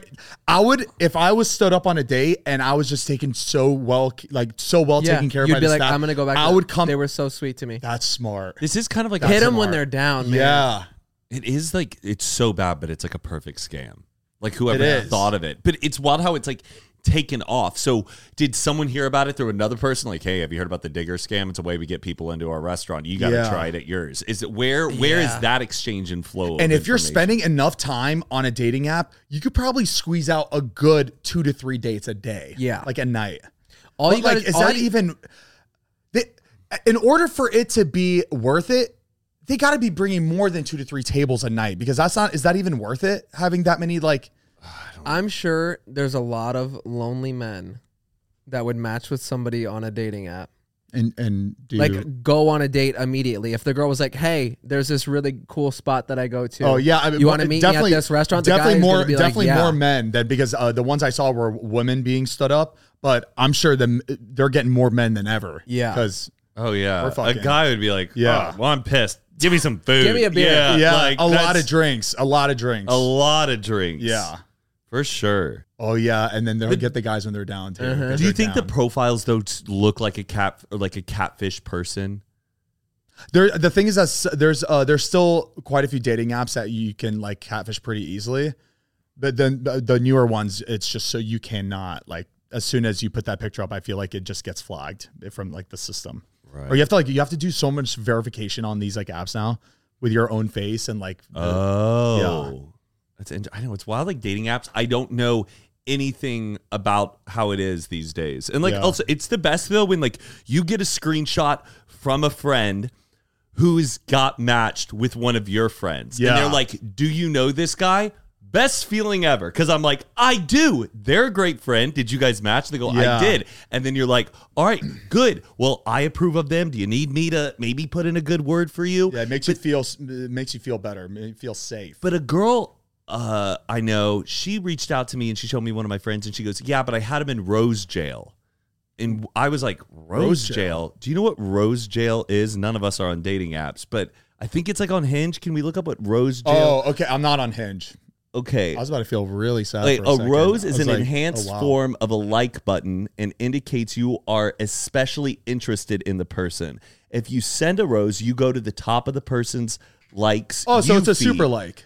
[SPEAKER 3] I would if I was stood up on a date and I was just taken so well, like so well taken care of
[SPEAKER 4] You'd
[SPEAKER 3] by
[SPEAKER 4] be
[SPEAKER 3] the
[SPEAKER 4] like,
[SPEAKER 3] staff.
[SPEAKER 4] "I'm gonna go back."
[SPEAKER 3] I
[SPEAKER 4] to-
[SPEAKER 3] would come.
[SPEAKER 4] They were so sweet to me.
[SPEAKER 3] that's smart.
[SPEAKER 2] this is kind of like
[SPEAKER 4] Hit them when
[SPEAKER 3] smart.
[SPEAKER 4] they're down, man.
[SPEAKER 3] Yeah.
[SPEAKER 2] It is like it's so bad, but it's like a perfect scam. Like whoever
[SPEAKER 3] is.
[SPEAKER 2] thought of it, but it's wild how it's like taken off. So did someone hear about it through another person? Like, hey, have you heard about the digger scam? It's a way we get people into our restaurant. You got to
[SPEAKER 3] Yeah.
[SPEAKER 2] try it at yours. Is it where? Where is
[SPEAKER 4] Yeah.
[SPEAKER 2] that exchange and flow? of
[SPEAKER 3] And if you're
[SPEAKER 2] information?
[SPEAKER 3] spending enough time on a dating app, you could probably squeeze out a good two to three dates a day.
[SPEAKER 4] Yeah.
[SPEAKER 3] Like a night.
[SPEAKER 4] All
[SPEAKER 3] But
[SPEAKER 4] you
[SPEAKER 3] like,
[SPEAKER 4] got
[SPEAKER 3] is that even th- in order for it to be worth it? They got to be bringing more than two to three tables a night because that's not, is that even worth it? Having that many, like,
[SPEAKER 4] I'm sure there's a lot of lonely men that would match with somebody on a dating app.
[SPEAKER 3] and, and do
[SPEAKER 4] Like go on a date immediately. If the girl was like, "Hey, there's this really cool spot that I go to."
[SPEAKER 3] Oh yeah, I mean,
[SPEAKER 4] you want to
[SPEAKER 3] it
[SPEAKER 4] meet me at
[SPEAKER 3] definitely-
[SPEAKER 4] this restaurant? The
[SPEAKER 3] Definitely
[SPEAKER 4] guy is
[SPEAKER 3] more,
[SPEAKER 4] gonna be like,
[SPEAKER 3] definitely
[SPEAKER 4] "Yeah."
[SPEAKER 3] more men than because uh, the ones I saw were women being stood up, but I'm sure them they're getting more men than ever.
[SPEAKER 4] Yeah.
[SPEAKER 3] because
[SPEAKER 2] Oh yeah,
[SPEAKER 3] We're
[SPEAKER 2] a
[SPEAKER 3] fucking-
[SPEAKER 2] guy would be like,
[SPEAKER 3] Yeah.
[SPEAKER 2] "Yeah, well, I'm pissed. Give me some food.
[SPEAKER 4] Give me a beer."
[SPEAKER 2] Yeah,
[SPEAKER 3] yeah,
[SPEAKER 2] like,
[SPEAKER 3] uh, a lot
[SPEAKER 2] that's
[SPEAKER 3] of drinks, a lot of drinks,
[SPEAKER 2] a lot of drinks.
[SPEAKER 3] yeah.
[SPEAKER 2] for sure.
[SPEAKER 3] Oh yeah, and then they'll get the guys when they're down too.
[SPEAKER 4] Uh-huh.
[SPEAKER 2] Do you think the profiles though t- look like a cat or like a catfish person?
[SPEAKER 3] There, the thing is that s- there's uh, there's still quite a few dating apps that you can like catfish pretty easily, but then the, the newer ones, it's just so you cannot like as soon as you put that picture up, I feel like it just gets flagged from like the system, right. or you have to like you have to do so much verification on these like apps now with your own face and like the-
[SPEAKER 2] Oh, that's int- I know it's wild. Like dating apps, I don't know anything about how it is these days. And like
[SPEAKER 3] Yeah.
[SPEAKER 2] also, it's the best though when like you get a screenshot from a friend who's got matched with one of your friends, and
[SPEAKER 3] Yeah.
[SPEAKER 2] they're like, "Do you know this guy?" Best feeling ever because I'm like, I do. They're a great friend. Did you guys match? They go,
[SPEAKER 3] Yeah.
[SPEAKER 2] I did. And then you're like, all right, good. Well, I approve of them. Do you need me to maybe put in a good word for you?
[SPEAKER 3] yeah, it makes you feel s- it makes you feel better, ma- feel safe.
[SPEAKER 2] But a girl uh, I know, she reached out to me and she showed me one of my friends and she goes, Yeah, but I had him in Rose Jail. And I was like, Rose,
[SPEAKER 3] Rose
[SPEAKER 2] jail.
[SPEAKER 3] Jail?
[SPEAKER 2] Do you know what Rose Jail is? None of us are on dating apps, but I think it's like on Hinge. Can we look up what Rose Jail?
[SPEAKER 3] Oh, okay, I'm not on Hinge.
[SPEAKER 2] Okay.
[SPEAKER 3] I was about to feel really sad.
[SPEAKER 2] Wait,
[SPEAKER 3] for
[SPEAKER 2] a,
[SPEAKER 3] second.
[SPEAKER 2] rose
[SPEAKER 3] I
[SPEAKER 2] is
[SPEAKER 3] was
[SPEAKER 2] an
[SPEAKER 3] like,
[SPEAKER 2] enhanced
[SPEAKER 3] oh, wow.
[SPEAKER 2] form of a like button and indicates you are especially interested in the person. If you send a rose, you go to the top of the person's likes.
[SPEAKER 3] Oh, so
[SPEAKER 2] you
[SPEAKER 3] it's a
[SPEAKER 2] feed.
[SPEAKER 3] super like.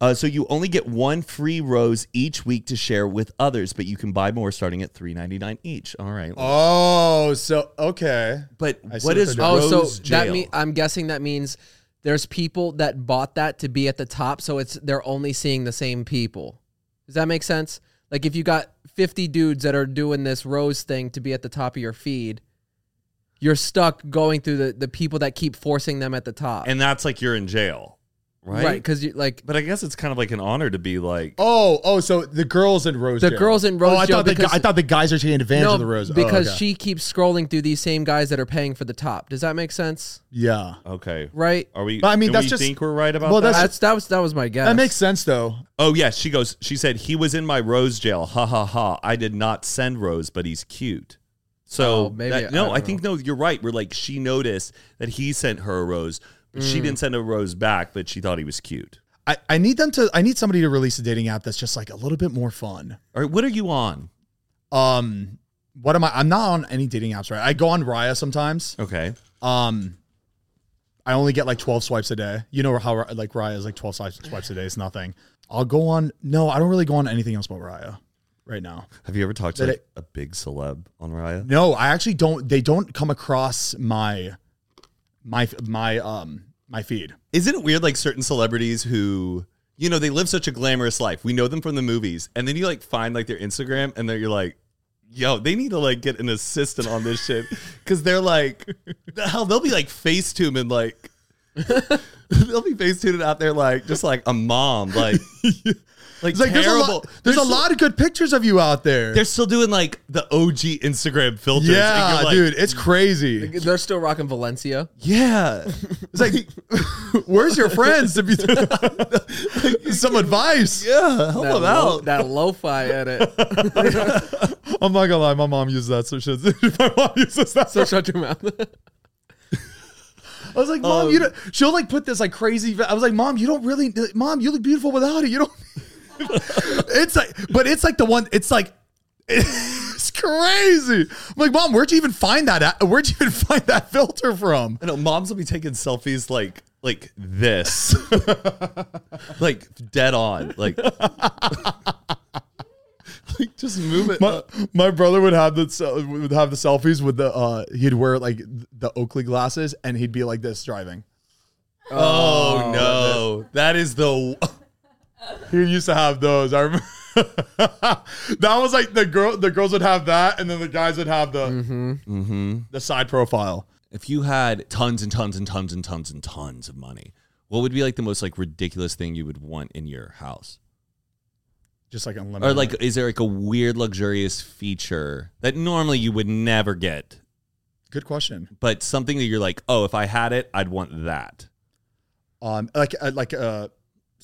[SPEAKER 2] Uh, so you only get one free rose each week to share with others, but you can buy more starting at three ninety nine each. All right.
[SPEAKER 3] Oh, so okay.
[SPEAKER 2] but
[SPEAKER 3] I see
[SPEAKER 2] what
[SPEAKER 3] what
[SPEAKER 2] is
[SPEAKER 3] they're doing.
[SPEAKER 2] rose
[SPEAKER 4] oh, so
[SPEAKER 2] jail?
[SPEAKER 4] that mean I'm guessing that means there's people that bought that to be at the top, so it's they're only seeing the same people. Does that make sense? Like if you got 50 dudes that are doing this rose thing to be at the top of your feed, you're stuck going through the, the people that keep forcing them at the top.
[SPEAKER 2] and that's like you're in jail, right?
[SPEAKER 4] right, because you like
[SPEAKER 2] But I guess it's kind of like an honor to be like.
[SPEAKER 3] Oh, oh, so the girls in rose.
[SPEAKER 4] The
[SPEAKER 3] jail.
[SPEAKER 4] girls in rose
[SPEAKER 3] Oh, I
[SPEAKER 4] jail
[SPEAKER 3] thought the gu-
[SPEAKER 4] because-
[SPEAKER 3] I thought the guys are taking advantage
[SPEAKER 4] no,
[SPEAKER 3] of the rose. Oh,
[SPEAKER 4] because
[SPEAKER 3] okay.
[SPEAKER 4] she keeps scrolling through these same guys that are paying for the top. Does that make sense?
[SPEAKER 3] Yeah.
[SPEAKER 2] Okay.
[SPEAKER 4] Right.
[SPEAKER 2] Are we?
[SPEAKER 3] But I mean,
[SPEAKER 2] do
[SPEAKER 3] that's
[SPEAKER 2] we
[SPEAKER 3] just-
[SPEAKER 2] think we're right about
[SPEAKER 3] well,
[SPEAKER 2] that.
[SPEAKER 3] that's-
[SPEAKER 4] That's that was that was my guess.
[SPEAKER 3] That makes sense though.
[SPEAKER 2] Oh yes, she goes. She said he was in my rose jail. Ha ha ha! I did not send Rose, but he's cute. So
[SPEAKER 4] Oh, maybe-
[SPEAKER 2] that-
[SPEAKER 4] I
[SPEAKER 2] no,
[SPEAKER 4] don't
[SPEAKER 2] I, think no. You're right. We're like she noticed that he sent her a rose, but
[SPEAKER 4] Mm.
[SPEAKER 2] she didn't send a rose back. But she thought he was cute.
[SPEAKER 3] I, I need them to I need somebody to release a dating app that's just like a little bit more fun.
[SPEAKER 2] All right, what are you on?
[SPEAKER 3] Um what am I I'm not on any dating apps, right? I go on Raya sometimes.
[SPEAKER 2] Okay,
[SPEAKER 3] Um I only get like 12 swipes a day. You know how like Raya is like 12 swipes, swipes a day, it's nothing. I'll go on No, I don't really go on anything else but Raya right now.
[SPEAKER 2] have you ever talked to
[SPEAKER 3] That
[SPEAKER 2] like, a big celeb on Raya?
[SPEAKER 3] No, I actually don't they don't come across my my my um my feed.
[SPEAKER 2] Isn't it weird? Like certain celebrities who you know they live such a glamorous life. We know them from the movies, and then you like find like their Instagram, and then you're like. Yo, they need to like get an assistant on this shit because they're like, the hell, they'll be like facetuming like, they'll be facetuning out there like just like a mom like, like,
[SPEAKER 3] It's like there's a
[SPEAKER 2] terrible.
[SPEAKER 3] lot there's a
[SPEAKER 2] still-
[SPEAKER 3] lot of good pictures of you out there.
[SPEAKER 2] They're still doing like the OG Instagram filters. and
[SPEAKER 3] yeah,
[SPEAKER 2] you're like,
[SPEAKER 3] dude, it's crazy.
[SPEAKER 4] they're still rocking Valencia.
[SPEAKER 2] Yeah,
[SPEAKER 3] It's like, where's your friends? If you some advice.
[SPEAKER 2] yeah, help
[SPEAKER 4] that
[SPEAKER 2] them
[SPEAKER 4] lo-
[SPEAKER 2] out.
[SPEAKER 4] that lo-fi edit.
[SPEAKER 3] I'm not gonna lie, my mom uses that. So shit. my mom uses that.
[SPEAKER 4] so shut your mouth.
[SPEAKER 3] I was like, mom,
[SPEAKER 2] Um,
[SPEAKER 3] you. Don't, she'll like put this like crazy. I was like, mom, you don't really. Mom, you look beautiful without it. You don't. it's like, but it's like the one. It's like. It's crazy. I'm like, mom, where'd you even find that? At? Where'd you even find that filter from?
[SPEAKER 2] I know moms will be taking selfies like like this, like dead on, like like just move it.
[SPEAKER 3] my,
[SPEAKER 2] up.
[SPEAKER 3] my brother would have the sel- would have the selfies with the uh he'd wear like the Oakley glasses and he'd be like this driving.
[SPEAKER 2] Oh, no, that is the
[SPEAKER 3] He used to have those. I remember that was like the girl the girls would have that and then the guys would have the the side profile.
[SPEAKER 2] Mm-hmm. if you had tons and tons and tons and tons and tons of money, what would be like the most like ridiculous thing you would want in your house?
[SPEAKER 3] Just like unlimited.
[SPEAKER 2] Or like is there like a weird luxurious feature that normally you would never get,
[SPEAKER 3] good question.
[SPEAKER 2] but something that you're like, "Oh, if I had it, I'd want that."
[SPEAKER 3] Um like uh, like uh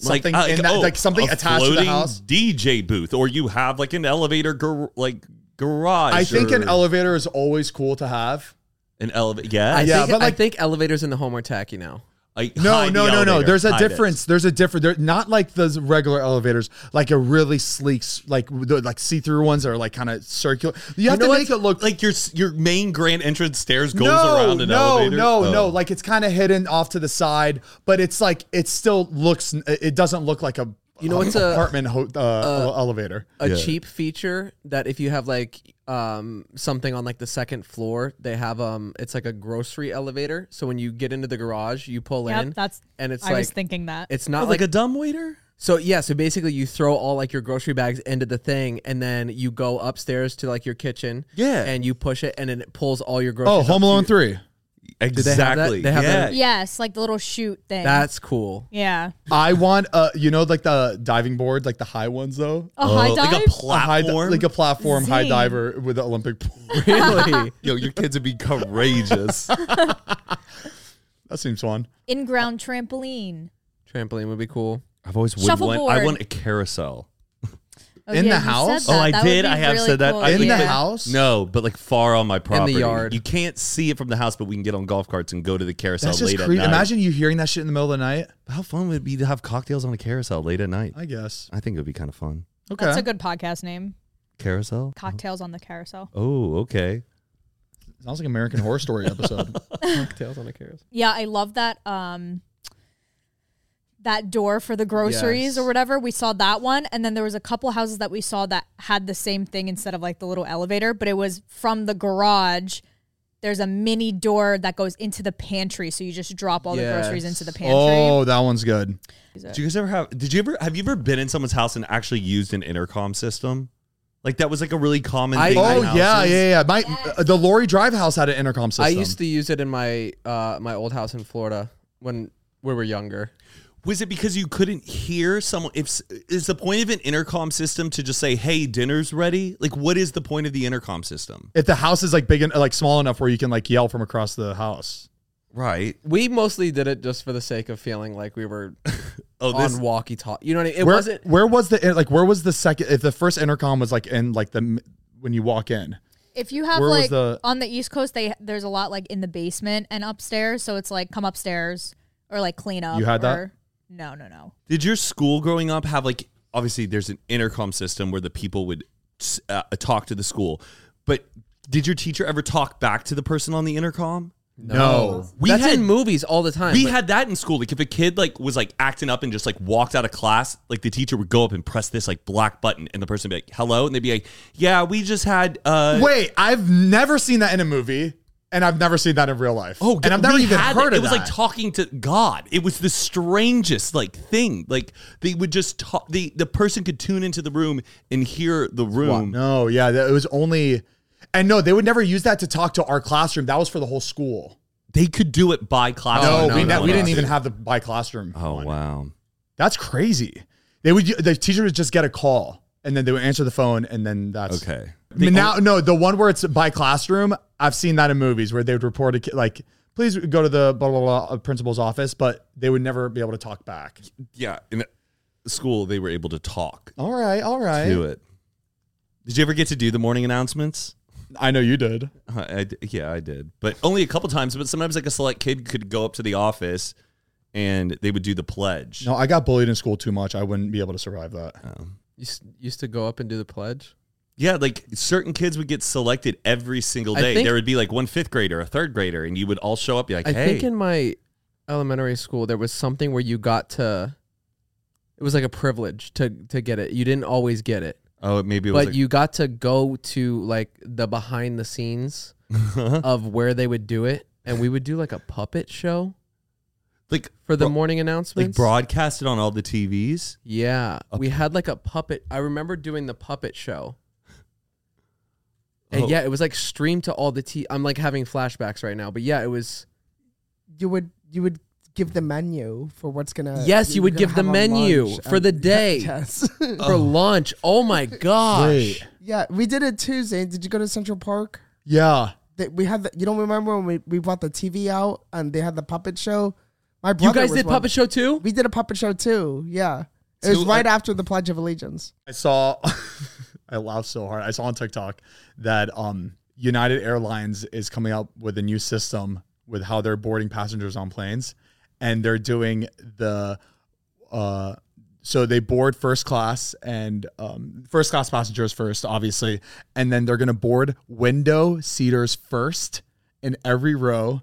[SPEAKER 2] Like,
[SPEAKER 3] something
[SPEAKER 2] uh,
[SPEAKER 3] in that,
[SPEAKER 2] oh,
[SPEAKER 3] like something
[SPEAKER 2] a
[SPEAKER 3] attached to the
[SPEAKER 2] floating
[SPEAKER 3] house.
[SPEAKER 2] DJ booth or you have like an elevator gar- like garage.
[SPEAKER 3] I think an
[SPEAKER 2] or-
[SPEAKER 3] elevator is always cool to have.
[SPEAKER 2] an elevator. Yeah.
[SPEAKER 4] I,
[SPEAKER 3] Yeah,
[SPEAKER 4] think,
[SPEAKER 3] but
[SPEAKER 4] I
[SPEAKER 3] like-
[SPEAKER 4] think elevators in the home are tacky now.
[SPEAKER 2] I-
[SPEAKER 3] No,
[SPEAKER 2] hide
[SPEAKER 3] no,
[SPEAKER 2] the
[SPEAKER 3] no, no.
[SPEAKER 2] elevator.
[SPEAKER 3] There's a
[SPEAKER 2] Hide it.
[SPEAKER 3] difference. There's a difference. They're not like those regular elevators, like a really sleek, s- like the like see-through ones that are like kind of circular. You have
[SPEAKER 2] know
[SPEAKER 3] to
[SPEAKER 2] what?
[SPEAKER 3] make it look
[SPEAKER 2] like your s- your main grand entrance stairs goes
[SPEAKER 3] no,
[SPEAKER 2] around an
[SPEAKER 3] no,
[SPEAKER 2] elevator.
[SPEAKER 3] no,
[SPEAKER 2] Oh.
[SPEAKER 3] no. Like it's kind of hidden off to the side, but it's like it still looks. It doesn't look like a
[SPEAKER 4] You know, it's a-
[SPEAKER 3] apartment ho- uh, elevator.
[SPEAKER 4] A cheap feature that if you have like um, something on like the second floor, they have um it's like a grocery elevator. So when you get into the garage, you pull
[SPEAKER 5] Yep,
[SPEAKER 4] in.
[SPEAKER 5] that's-
[SPEAKER 4] and it's
[SPEAKER 5] I
[SPEAKER 4] like
[SPEAKER 5] was thinking that.
[SPEAKER 4] it's
[SPEAKER 2] Oh,
[SPEAKER 4] not
[SPEAKER 2] like,
[SPEAKER 4] like,
[SPEAKER 2] a dumb waiter.
[SPEAKER 4] so yeah. So basically, you throw all like your grocery bags into the thing, and then you go upstairs to like your kitchen.
[SPEAKER 2] Yeah.
[SPEAKER 4] and you push it, and then it pulls all your groceries.
[SPEAKER 3] Oh, Home
[SPEAKER 4] up to
[SPEAKER 3] Alone
[SPEAKER 4] you.
[SPEAKER 3] three.
[SPEAKER 4] they have that?
[SPEAKER 2] Exactly.
[SPEAKER 4] They have that?
[SPEAKER 2] yeah.
[SPEAKER 5] yes, like the little shoot thing.
[SPEAKER 4] That's cool.
[SPEAKER 5] yeah.
[SPEAKER 3] I want uh, you know, like the diving board, like the high ones though.
[SPEAKER 5] A high
[SPEAKER 2] Oh,
[SPEAKER 5] dive.
[SPEAKER 2] Like a
[SPEAKER 3] A high di-
[SPEAKER 2] platform.
[SPEAKER 3] like a platform high
[SPEAKER 5] Zing.
[SPEAKER 3] diver with the Olympic pool.
[SPEAKER 4] Really?
[SPEAKER 2] Yo, your kids would be courageous.
[SPEAKER 3] that seems fun.
[SPEAKER 5] In ground trampoline.
[SPEAKER 4] Trampoline would be cool.
[SPEAKER 2] I've always would want.
[SPEAKER 5] Shuffleboard.
[SPEAKER 2] I want a carousel.
[SPEAKER 5] Oh,
[SPEAKER 3] in
[SPEAKER 5] yeah,
[SPEAKER 3] the
[SPEAKER 5] you said
[SPEAKER 3] house.
[SPEAKER 5] that.
[SPEAKER 2] Oh, I
[SPEAKER 5] That would
[SPEAKER 2] did.
[SPEAKER 5] be
[SPEAKER 2] I have
[SPEAKER 5] really
[SPEAKER 2] said that
[SPEAKER 5] cool.
[SPEAKER 2] I-
[SPEAKER 3] In the
[SPEAKER 2] but-
[SPEAKER 3] house?
[SPEAKER 2] No, but like far on my property.
[SPEAKER 4] yard.
[SPEAKER 2] You can't see it from the house, but we can get on golf carts and go to the carousel
[SPEAKER 3] That's
[SPEAKER 2] late
[SPEAKER 3] just
[SPEAKER 2] at
[SPEAKER 3] creepy.
[SPEAKER 2] night.
[SPEAKER 3] Imagine you hearing that shit in the middle of the night.
[SPEAKER 2] how fun would it be to have cocktails on a carousel late at night?
[SPEAKER 3] I guess.
[SPEAKER 2] I think it would be kind of fun.
[SPEAKER 3] Okay.
[SPEAKER 5] That's a good podcast name.
[SPEAKER 2] Carousel.
[SPEAKER 5] Cocktails on the Carousel.
[SPEAKER 2] Oh, okay.
[SPEAKER 3] Sounds like an American Horror Story episode.
[SPEAKER 4] Tails on a carousel.
[SPEAKER 5] Yeah, I love that. Um, that door for the groceries or
[SPEAKER 3] Yes.
[SPEAKER 5] whatever. We saw that one, and then there was a couple houses that we saw that had the same thing instead of like the little elevator, but it was from the garage. There's a mini door that goes into the pantry, so you just drop all the groceries
[SPEAKER 4] Yes.
[SPEAKER 5] into the pantry.
[SPEAKER 3] oh, that one's good.
[SPEAKER 2] Do you guys ever have? Did you ever have you ever been in someone's house and actually used an intercom system? Like that was like a really common
[SPEAKER 4] I-
[SPEAKER 2] thing.
[SPEAKER 3] Oh
[SPEAKER 2] in
[SPEAKER 3] yeah,
[SPEAKER 2] houses.
[SPEAKER 3] yeah, yeah. My uh, the Lori Drive house had an intercom system.
[SPEAKER 4] I used to use it in my uh, my old house in Florida when we were younger.
[SPEAKER 2] Was it because you couldn't hear someone? If s- is the point of an intercom system to just say, "Hey, dinner's ready"? Like, what is the point of the intercom system?
[SPEAKER 3] If the house is like big and like small enough where you can like yell from across the house.
[SPEAKER 2] Right.
[SPEAKER 4] We mostly did it just for the sake of feeling like we were
[SPEAKER 2] Oh, this
[SPEAKER 4] on walkie talkie. You know what I mean? It
[SPEAKER 3] where,
[SPEAKER 4] wasn't.
[SPEAKER 3] Where was the like? Where was the second? If the first intercom was like in like the m- when you walk in.
[SPEAKER 5] If you have
[SPEAKER 3] Where was
[SPEAKER 5] like
[SPEAKER 3] the-
[SPEAKER 5] on the East Coast, they there's a lot like in the basement and upstairs, so it's like come upstairs or like clean up.
[SPEAKER 3] You had that?
[SPEAKER 5] or, No, no, no.
[SPEAKER 2] Did your school growing up have like obviously there's an intercom system where the people would uh, talk to the school, but did your teacher ever talk back to the person on the intercom?
[SPEAKER 3] No.
[SPEAKER 2] We
[SPEAKER 4] that's
[SPEAKER 2] had-
[SPEAKER 4] in movies all the time.
[SPEAKER 2] We
[SPEAKER 4] but
[SPEAKER 2] had that in school. Like if a kid like was like acting up and just like walked out of class, like the teacher would go up and press this like black button, and the person would be like, "Hello," and they'd be like, "Yeah, we just had." uh
[SPEAKER 3] Wait, I've never seen that in a movie, and I've never seen that in real life.
[SPEAKER 2] Oh,
[SPEAKER 3] and I've never
[SPEAKER 2] we
[SPEAKER 3] even
[SPEAKER 2] had
[SPEAKER 3] heard
[SPEAKER 2] it.
[SPEAKER 3] of
[SPEAKER 2] It was
[SPEAKER 3] that.
[SPEAKER 2] like talking to God. It was the strangest like thing. Like they would just talk. The the person could tune into the room and hear the room.
[SPEAKER 3] No, yeah, that, it was only, and no, they would never use that to talk to our classroom. That was for the whole school.
[SPEAKER 2] They could do it by class.
[SPEAKER 3] No,
[SPEAKER 4] Oh, no,
[SPEAKER 3] we,
[SPEAKER 4] no,
[SPEAKER 3] ne- we
[SPEAKER 4] no.
[SPEAKER 3] didn't even have the by classroom.
[SPEAKER 2] Oh
[SPEAKER 3] one.
[SPEAKER 2] wow.
[SPEAKER 3] that's crazy. They would the teacher would just get a call, and then they would answer the phone, and then that's
[SPEAKER 2] Okay.
[SPEAKER 3] I mean, now, no, the one where it's by classroom, I've seen that in movies where they would report a kid like. Please go to the blah blah blah uh, principal's office, but they would never be able to talk back.
[SPEAKER 2] Yeah, in school they were able to talk
[SPEAKER 3] All right, all right.
[SPEAKER 2] to it. Did you ever get to do the morning announcements?
[SPEAKER 3] I know you did.
[SPEAKER 2] Uh, I d yeah, I did, but only a couple times. But sometimes, like a select kid could go up to the office, and they would do the pledge.
[SPEAKER 3] No, I got bullied in school too much. I wouldn't be able to survive that.
[SPEAKER 4] you s- used to go up and do the pledge.
[SPEAKER 2] Yeah, like certain kids would get selected every single
[SPEAKER 4] I
[SPEAKER 2] day.
[SPEAKER 4] think-
[SPEAKER 2] there would be like one fifth grader, a third grader, and you would all show up. Be like,
[SPEAKER 4] I
[SPEAKER 2] hey,
[SPEAKER 4] think in my elementary school there was something where you got to. It was like a privilege to to get it. You didn't always get it,
[SPEAKER 2] oh, maybe it was
[SPEAKER 4] but
[SPEAKER 2] like-
[SPEAKER 4] you got to go to like the behind the scenes of where they would do it, and we would do like a puppet show
[SPEAKER 2] like
[SPEAKER 4] for the
[SPEAKER 2] bro-
[SPEAKER 4] morning
[SPEAKER 2] like
[SPEAKER 4] announcements.
[SPEAKER 2] broadcasted on all the TVs.
[SPEAKER 4] Yeah, we had like a puppet. I remember doing the puppet show. And
[SPEAKER 2] Oh.
[SPEAKER 4] yeah, it was like streamed to all the T. I'm like having flashbacks right now, but yeah, it was.
[SPEAKER 11] You would you would give the menu for what's gonna.
[SPEAKER 4] Yes, you
[SPEAKER 11] you're
[SPEAKER 4] would
[SPEAKER 11] Uh, gonna
[SPEAKER 4] give the
[SPEAKER 11] have on
[SPEAKER 4] menu
[SPEAKER 11] lunch
[SPEAKER 4] for
[SPEAKER 11] and-
[SPEAKER 4] the day.
[SPEAKER 11] Yes.
[SPEAKER 4] for lunch. Oh my gosh.
[SPEAKER 3] Wait.
[SPEAKER 11] yeah, we did it Tuesday. Did you go to Central Park?
[SPEAKER 3] Yeah.
[SPEAKER 11] That we had. The, you don't remember when we, we brought the TV out and they had the puppet show? My brother.
[SPEAKER 4] You guys
[SPEAKER 11] was
[SPEAKER 4] did
[SPEAKER 11] one-
[SPEAKER 4] puppet show too?
[SPEAKER 11] We did a puppet show too. Yeah, it was
[SPEAKER 3] So,
[SPEAKER 11] right
[SPEAKER 3] uh,
[SPEAKER 11] after the Pledge of Allegiance.
[SPEAKER 3] I saw I laughed so hard. I saw on TikTok that um United Airlines is coming up with a new system with how they're boarding passengers on planes and they're doing the uh so they board first class and um, first class passengers first, obviously, and then they're gonna board window seaters first in every row.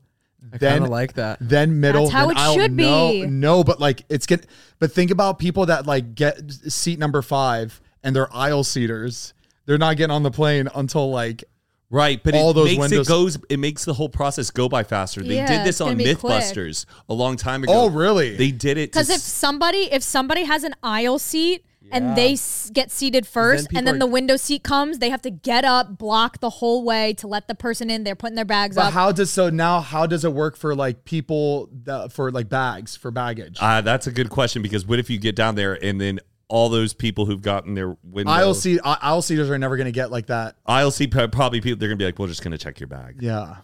[SPEAKER 4] I
[SPEAKER 3] then
[SPEAKER 4] kind of like that.
[SPEAKER 3] then middle.
[SPEAKER 5] That's how
[SPEAKER 3] then
[SPEAKER 5] it
[SPEAKER 3] aisle.
[SPEAKER 5] should
[SPEAKER 3] no,
[SPEAKER 5] be.
[SPEAKER 3] No, but like it's get. But think about people that like get seat number five and they're aisle seaters. They're not getting on the plane until like
[SPEAKER 2] Right, but
[SPEAKER 3] All
[SPEAKER 2] it
[SPEAKER 3] those
[SPEAKER 2] makes
[SPEAKER 3] windows-
[SPEAKER 2] it goes. It makes the whole process go by faster. They
[SPEAKER 5] Yeah,
[SPEAKER 2] did
[SPEAKER 5] it's
[SPEAKER 2] this
[SPEAKER 5] gonna
[SPEAKER 2] on
[SPEAKER 5] be quick.
[SPEAKER 2] MythBusters a long time ago.
[SPEAKER 3] oh really?
[SPEAKER 2] They did it to
[SPEAKER 5] Because if
[SPEAKER 2] s-
[SPEAKER 5] somebody if somebody has an aisle seat and they s- get seated first,
[SPEAKER 4] people
[SPEAKER 5] and then
[SPEAKER 4] are-
[SPEAKER 5] the window seat comes, they have to get up, block the whole way to let the person in. They're putting their bags
[SPEAKER 3] but
[SPEAKER 5] up.
[SPEAKER 3] how does so now? How does it work for like people that for like bags for baggage?
[SPEAKER 2] Uh, that's a good question because what if you get down there and then all those people who've gotten their window
[SPEAKER 3] aisle seat uh, aisle seaters are never gonna get like that.
[SPEAKER 2] aisle seat pro- probably people they're gonna be like we're just gonna check your bag,
[SPEAKER 3] Yeah,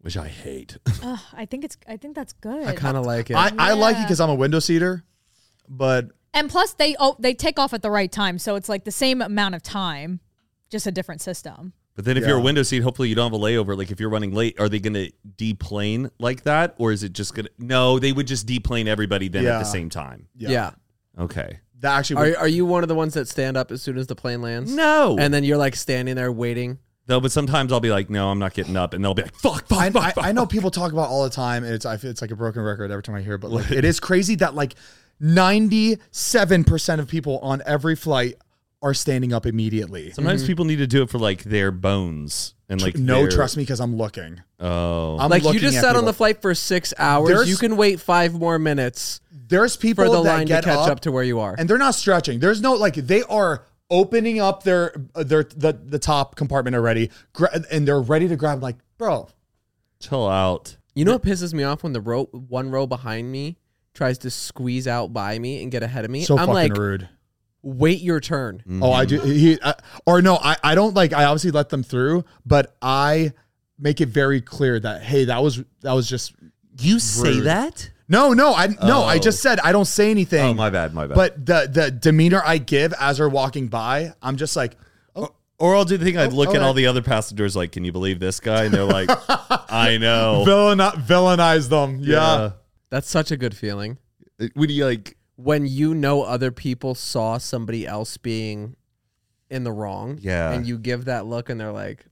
[SPEAKER 2] which I hate.
[SPEAKER 5] Ugh, I think it's I think that's good.
[SPEAKER 4] I kind of like it.
[SPEAKER 3] I, I like it because I'm a window seater, but
[SPEAKER 5] And plus, they oh they take off at the right time, so it's like the same amount of time, just a different system.
[SPEAKER 2] But then if you're a window seat, hopefully you don't have a layover. Like if you're running late, are they going to deplane like that? Or is it just going to. No, they would just deplane everybody then at
[SPEAKER 3] Yeah.
[SPEAKER 2] the same time.
[SPEAKER 4] Yeah.
[SPEAKER 2] Okay.
[SPEAKER 3] That actually would-
[SPEAKER 4] Are, are you one of the ones that stand up as soon as the plane lands?
[SPEAKER 2] No.
[SPEAKER 4] And then you're like standing there waiting.
[SPEAKER 2] Though, but sometimes I'll be like, no, I'm not getting up. And they'll be like, fuck, fuck,
[SPEAKER 3] I,
[SPEAKER 2] fuck,
[SPEAKER 3] I,
[SPEAKER 2] fuck.
[SPEAKER 3] I know people talk about all the time, and it's I feel it's like a broken record every time I hear. it, But like, it is crazy that like ninety seven percent of people on every flight are standing up immediately.
[SPEAKER 2] Sometimes people need to do it for like their bones and like
[SPEAKER 3] Mm. no,
[SPEAKER 2] their-
[SPEAKER 3] trust me, because I'm looking.
[SPEAKER 2] Oh,
[SPEAKER 3] I'm
[SPEAKER 4] like you
[SPEAKER 3] looking
[SPEAKER 4] just
[SPEAKER 3] at
[SPEAKER 4] sat on
[SPEAKER 3] people.
[SPEAKER 4] the flight for six hours.
[SPEAKER 3] There's-
[SPEAKER 4] you can wait five more minutes
[SPEAKER 3] There's people
[SPEAKER 4] for the
[SPEAKER 3] that
[SPEAKER 4] line to
[SPEAKER 3] get
[SPEAKER 4] catch up,
[SPEAKER 3] up
[SPEAKER 4] to where you are.
[SPEAKER 3] and they're not stretching. There's no like they are opening up their uh, their the, the top compartment already, gra- and they're ready to grab. Like, bro,
[SPEAKER 2] chill out.
[SPEAKER 4] you know what pisses me off when the row one row behind me tries to squeeze out by me and get ahead of me.
[SPEAKER 3] so
[SPEAKER 4] I'm
[SPEAKER 3] fucking
[SPEAKER 4] like,
[SPEAKER 3] rude.
[SPEAKER 4] wait your turn.
[SPEAKER 3] Oh, I do. He uh, or no, I I don't like. I obviously let them through, but I make it very clear that hey, that was that was just
[SPEAKER 2] You say
[SPEAKER 3] Rude.
[SPEAKER 2] that?
[SPEAKER 3] no, no, I no, I just said I don't say anything.
[SPEAKER 2] Oh, my bad, my bad.
[SPEAKER 3] But the the demeanor I give as they're walking by, I'm just like,
[SPEAKER 2] Or I'll do the thing
[SPEAKER 4] Oh,
[SPEAKER 2] I'd look at
[SPEAKER 3] alright.
[SPEAKER 2] all the other passengers like, can you believe this guy? And they're like, I know.
[SPEAKER 3] villain villainize them. Yeah.
[SPEAKER 4] That's such a good feeling.
[SPEAKER 2] Yeah. Would you like
[SPEAKER 4] When you know other people saw somebody else being in the wrong.
[SPEAKER 2] Yeah.
[SPEAKER 4] And you give that look and they're like,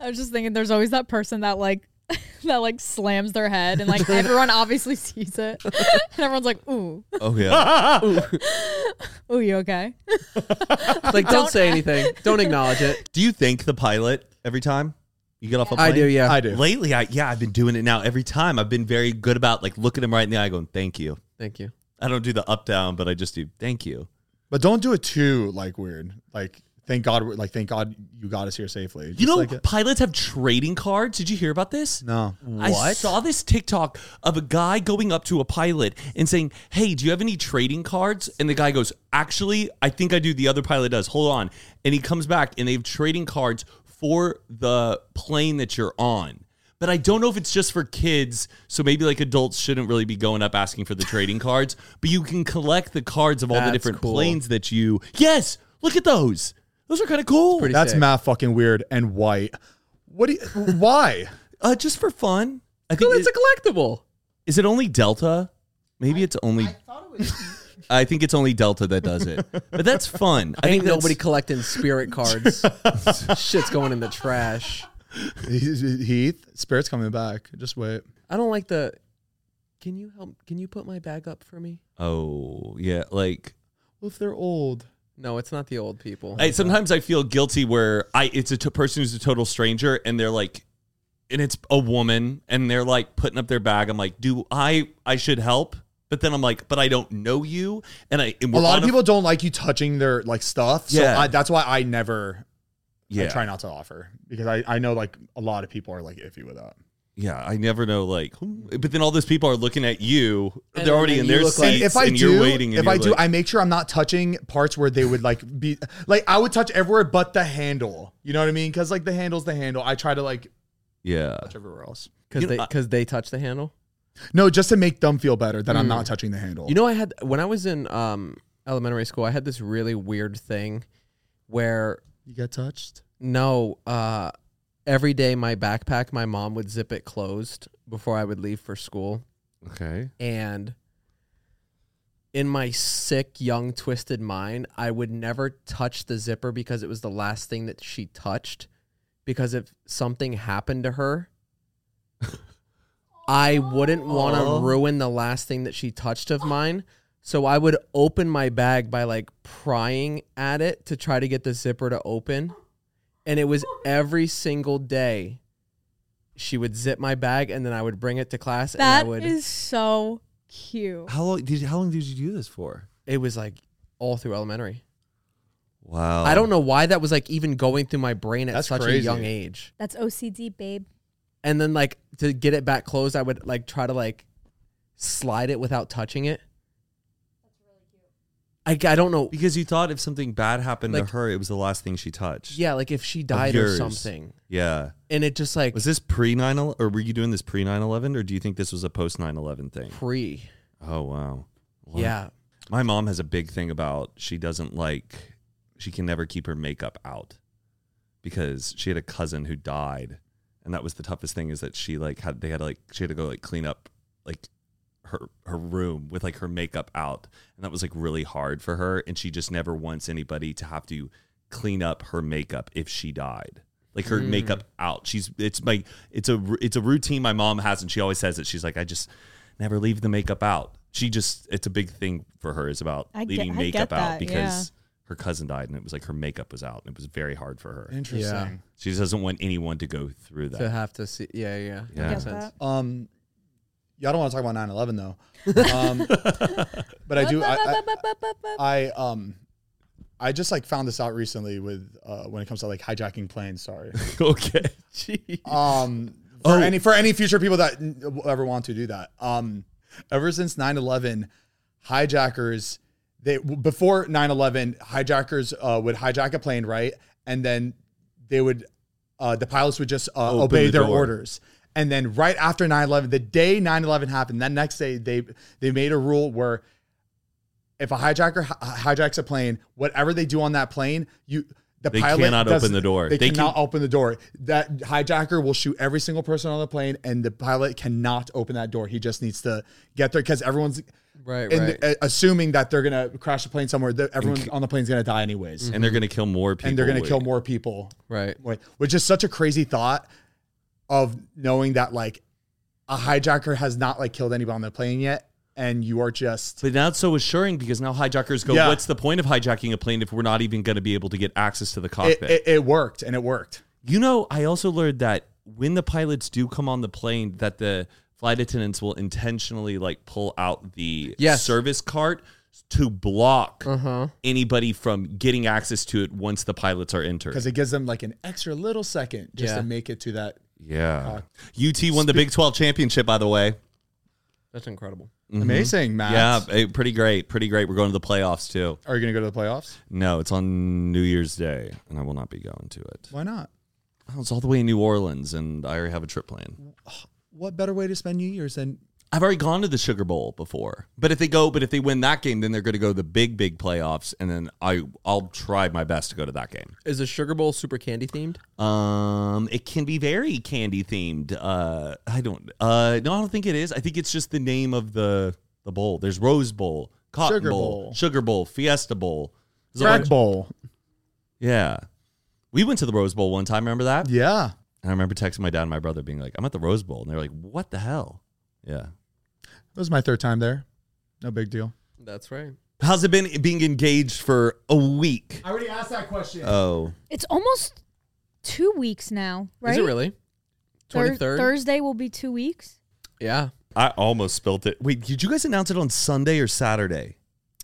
[SPEAKER 5] I was just thinking, there's always that person that like that like slams their head, and like everyone obviously sees it, and everyone's like, "Ooh,
[SPEAKER 2] Oh yeah.
[SPEAKER 5] ooh, you okay?"
[SPEAKER 4] like don't, say anything. Don't acknowledge it.
[SPEAKER 2] do you thank the pilot every time you get off a plane?
[SPEAKER 4] I do, yeah.
[SPEAKER 3] I do.
[SPEAKER 2] Lately, I yeah, I've been doing it now. Every time I've been very good about like looking him right in the eye, going, Thank you.
[SPEAKER 4] Thank you.
[SPEAKER 2] I don't do the up down, but I just do thank you.
[SPEAKER 3] But don't do it too like weird. Like thank God, we're- like thank God you got us here safely.
[SPEAKER 2] You
[SPEAKER 3] Just
[SPEAKER 2] know,
[SPEAKER 3] like it-
[SPEAKER 2] pilots have trading cards. Did you hear about this?
[SPEAKER 3] no.
[SPEAKER 2] I saw this TikTok of a guy going up to a pilot and saying, Hey, do you have any trading cards? And the guy goes, Actually, I think I do. The other pilot does. Hold on. And he comes back and they have trading cards for the plane that you're on. But I don't know if it's just for kids. So maybe like adults shouldn't really be going up asking for the trading cards. But you can collect the cards of all the
[SPEAKER 4] That's
[SPEAKER 2] different
[SPEAKER 4] cool.
[SPEAKER 2] planes that you. Yes, look at those. Those are kind of cool.
[SPEAKER 4] Pretty
[SPEAKER 3] That's
[SPEAKER 4] sick.
[SPEAKER 3] math fucking weird and white. What do you, why?
[SPEAKER 2] Uh, just for fun. I think
[SPEAKER 4] Well, it's
[SPEAKER 2] it-
[SPEAKER 4] a collectible.
[SPEAKER 2] Is it only Delta? Maybe it's only. I, think it's only Delta that does it, but that's fun. I think
[SPEAKER 4] Ain't nobody
[SPEAKER 2] That's,
[SPEAKER 4] collecting spirit cards. Shit's going in the trash.
[SPEAKER 3] Heath, spirit's coming back. Just wait.
[SPEAKER 4] I don't like the. Can you help? Can you put my bag up for me?
[SPEAKER 2] oh yeah, like
[SPEAKER 3] Well, if they're old.
[SPEAKER 4] No, it's not the old people.
[SPEAKER 2] I, sometimes I feel guilty where I it's a t- person who's a total stranger and they're like, and it's a woman and they're like putting up their bag. I'm like, do I I should help? But then I'm like, but I don't know you, and I and
[SPEAKER 3] a
[SPEAKER 2] we're
[SPEAKER 3] lot
[SPEAKER 2] on
[SPEAKER 3] of people don't like you touching their like stuff. So
[SPEAKER 2] Yeah.
[SPEAKER 3] I, that's why I never
[SPEAKER 2] yeah
[SPEAKER 3] I try not to offer because I, I know like a lot of people are like iffy with that.
[SPEAKER 2] yeah I never know like, hmm. but then all those people are looking at you.
[SPEAKER 4] And
[SPEAKER 2] they're already
[SPEAKER 4] then
[SPEAKER 2] in
[SPEAKER 4] you
[SPEAKER 2] their
[SPEAKER 4] look
[SPEAKER 2] seats,
[SPEAKER 4] like-
[SPEAKER 3] And if I
[SPEAKER 2] and
[SPEAKER 3] do,
[SPEAKER 2] you're waiting. And
[SPEAKER 3] if
[SPEAKER 2] you're
[SPEAKER 3] I do,
[SPEAKER 2] like-
[SPEAKER 3] I make sure I'm not touching parts where they would like be like I would touch everywhere but the handle. You know what I mean? Because like the handle's the handle. I try to like
[SPEAKER 2] yeah.
[SPEAKER 3] touch everywhere else.
[SPEAKER 4] Because
[SPEAKER 2] You know,
[SPEAKER 4] they
[SPEAKER 2] I-
[SPEAKER 4] because they touch the handle.
[SPEAKER 3] No, just to make them feel better that I'm
[SPEAKER 2] Mm.
[SPEAKER 3] not touching the handle.
[SPEAKER 4] You know, I had when I was in um, elementary school, I had this really weird thing where
[SPEAKER 3] you get touched.
[SPEAKER 4] no, uh, every day my backpack, my mom would zip it closed before I would leave for school.
[SPEAKER 2] Okay.
[SPEAKER 4] and in my sick young twisted mind i would never touch the zipper because it was the last thing that she touched because if something happened to her i wouldn't want
[SPEAKER 2] Aw.
[SPEAKER 4] to ruin the last thing that she touched of mine so i would open my bag by like prying at it to try to get the zipper to open and it was every single day she would zip my bag and then i would bring it to class
[SPEAKER 5] That
[SPEAKER 4] and i would
[SPEAKER 5] is so cute.
[SPEAKER 2] How long did you, how long did you do this for?
[SPEAKER 4] it was like all through elementary.
[SPEAKER 2] Wow.
[SPEAKER 4] I don't know why that was like even going through my brain at
[SPEAKER 3] Oh. That's
[SPEAKER 4] such a
[SPEAKER 3] crazy.
[SPEAKER 4] young age.
[SPEAKER 5] That's OCD, babe.
[SPEAKER 4] And then like to get it back closed, I would like try to like slide it without touching it. That's really cute. I, I don't know.
[SPEAKER 2] because you thought if something bad happened
[SPEAKER 4] Like-
[SPEAKER 2] to her, it was the last thing she touched.
[SPEAKER 4] Yeah, like if she
[SPEAKER 2] Of
[SPEAKER 4] died or
[SPEAKER 2] yours.
[SPEAKER 4] something.
[SPEAKER 2] Yeah.
[SPEAKER 4] And it just like
[SPEAKER 2] Was this pre 9 or were you doing this pre 9 11 or do you think this was a post 9 11 thing?
[SPEAKER 4] pre.
[SPEAKER 2] Oh, wow. Love
[SPEAKER 4] Yeah.
[SPEAKER 2] it. My mom has a big thing about she doesn't like she can never keep her makeup out because she had a cousin who died and that was the toughest thing is that she like had they had to like she had to go like clean up like her her room with like her makeup out and that was like really hard for her and she just never wants anybody to have to clean up her makeup if she died like her
[SPEAKER 5] Hmm.
[SPEAKER 4] Mm.
[SPEAKER 2] makeup out she's it's like it's a it's a routine my mom has and she always says it she's like i just never leave the makeup out she just it's a big thing for her is about
[SPEAKER 5] I get-
[SPEAKER 2] leaving
[SPEAKER 5] I
[SPEAKER 2] makeup
[SPEAKER 5] get
[SPEAKER 2] out
[SPEAKER 5] that,
[SPEAKER 2] because her cousin died and it was like her makeup was out and it was very hard for her
[SPEAKER 3] Interesting. Yeah.
[SPEAKER 2] she just doesn't want anyone to go through that
[SPEAKER 4] to have to see. Yeah, yeah.
[SPEAKER 2] Yeah.
[SPEAKER 4] Makes
[SPEAKER 5] Get
[SPEAKER 4] sense. Uh,
[SPEAKER 3] Um, yeah, I don't want to talk about 9-11 though. Um, but I do. I, I, I um, I just like found this out recently with uh, when it comes to like hijacking planes. Sorry.
[SPEAKER 2] okay
[SPEAKER 3] Um, for
[SPEAKER 2] Oh.
[SPEAKER 3] any for any future people that n- will ever want to do that. Um, ever since 9-11, hijackers they w- before 9-11, hijackers uh, would hijack a plane, right? And then they would uh, the pilots would just uh,
[SPEAKER 2] Open
[SPEAKER 3] obey
[SPEAKER 2] the
[SPEAKER 3] their
[SPEAKER 2] door.
[SPEAKER 3] orders. And then right after 9-11, the day 9-11 happened, that next day they they made a rule where if a hijacker hi- hijacks a plane, whatever they do on that plane, you the
[SPEAKER 2] They
[SPEAKER 3] pilot
[SPEAKER 2] cannot open
[SPEAKER 3] doesn't-
[SPEAKER 2] the door.
[SPEAKER 3] They,
[SPEAKER 2] They
[SPEAKER 3] cannot
[SPEAKER 2] can-
[SPEAKER 3] open the door. That hijacker will shoot every single person on the plane, and the pilot cannot open that door. He just needs to get there because everyone's
[SPEAKER 4] Right,
[SPEAKER 3] in
[SPEAKER 4] right.
[SPEAKER 3] the- e- a- assuming that they're gonna crash the plane somewhere. that everyone
[SPEAKER 2] ki-
[SPEAKER 3] on the plane's gonna die anyways,
[SPEAKER 2] and they're gonna kill more people
[SPEAKER 3] and they're gonna
[SPEAKER 2] with-
[SPEAKER 3] kill more people.
[SPEAKER 4] right.
[SPEAKER 3] Wait, which is such a crazy thought of knowing that like a hijacker has not like killed anybody on the plane yet, and you are just
[SPEAKER 2] But now it's so assuring because now hijackers go,
[SPEAKER 3] Yeah.
[SPEAKER 2] what's the point of hijacking a plane if we're not even going to be able to get access to the
[SPEAKER 3] it,
[SPEAKER 2] cockpit?
[SPEAKER 3] it, it worked and it worked.
[SPEAKER 2] you know, I also learned that when the pilots do come on the plane, that the flight attendants will intentionally like pull out the
[SPEAKER 4] Yes.
[SPEAKER 2] service cart to block
[SPEAKER 4] Uh-huh.
[SPEAKER 2] anybody from getting access to it once the pilots are entered.
[SPEAKER 3] because it gives them like an extra little second just
[SPEAKER 4] Yeah.
[SPEAKER 3] to make it to that.
[SPEAKER 2] yeah. UT Uh, won the Big 12 championship, by the way.
[SPEAKER 4] That's incredible.
[SPEAKER 3] Amazing, Matt.
[SPEAKER 2] Mm-hmm. Yeah, eh, pretty great. Pretty great. We're going to the playoffs too.
[SPEAKER 3] Are you gonna go to the playoffs?
[SPEAKER 2] No, it's on New Year's Day, and I will not be going to it.
[SPEAKER 3] Why not?
[SPEAKER 2] I was all the way in New Orleans, and I already have a trip planned.
[SPEAKER 3] What better way to spend New Year's than
[SPEAKER 2] I've already gone to the Sugar Bowl before, but if they go, but if they win that game, then they're going to go to the big, big playoffs, and then I I'll try my best to go to that game.
[SPEAKER 4] Is the Sugar Bowl super candy themed?
[SPEAKER 2] Um, it can be very candy themed. Uh, I don't. Uh, no, I don't think it is. I think it's just the name of the the bowl. There's Rose Bowl, Cotton
[SPEAKER 3] Sugar
[SPEAKER 2] bowl,
[SPEAKER 3] Bowl.
[SPEAKER 2] Sugar Bowl, Fiesta Bowl. There's a bunch-
[SPEAKER 3] Bowl?
[SPEAKER 2] Yeah, we went to the Rose Bowl one time. Remember that?
[SPEAKER 3] Yeah,
[SPEAKER 2] And I remember texting my dad and my brother being like, I'm at the Rose Bowl. And they were like, what the hell? Yeah.
[SPEAKER 3] it was my third time there. No big deal.
[SPEAKER 4] That's right.
[SPEAKER 2] How's it been being engaged for a week?
[SPEAKER 3] I already asked that question.
[SPEAKER 2] Oh.
[SPEAKER 5] It's almost two weeks now, right?
[SPEAKER 4] Is it really?
[SPEAKER 5] Thur-
[SPEAKER 4] Twenty third.
[SPEAKER 5] Thursday will be two weeks.
[SPEAKER 4] Yeah.
[SPEAKER 2] I almost spilt it. Wait, did you guys announce it on Sunday or Saturday?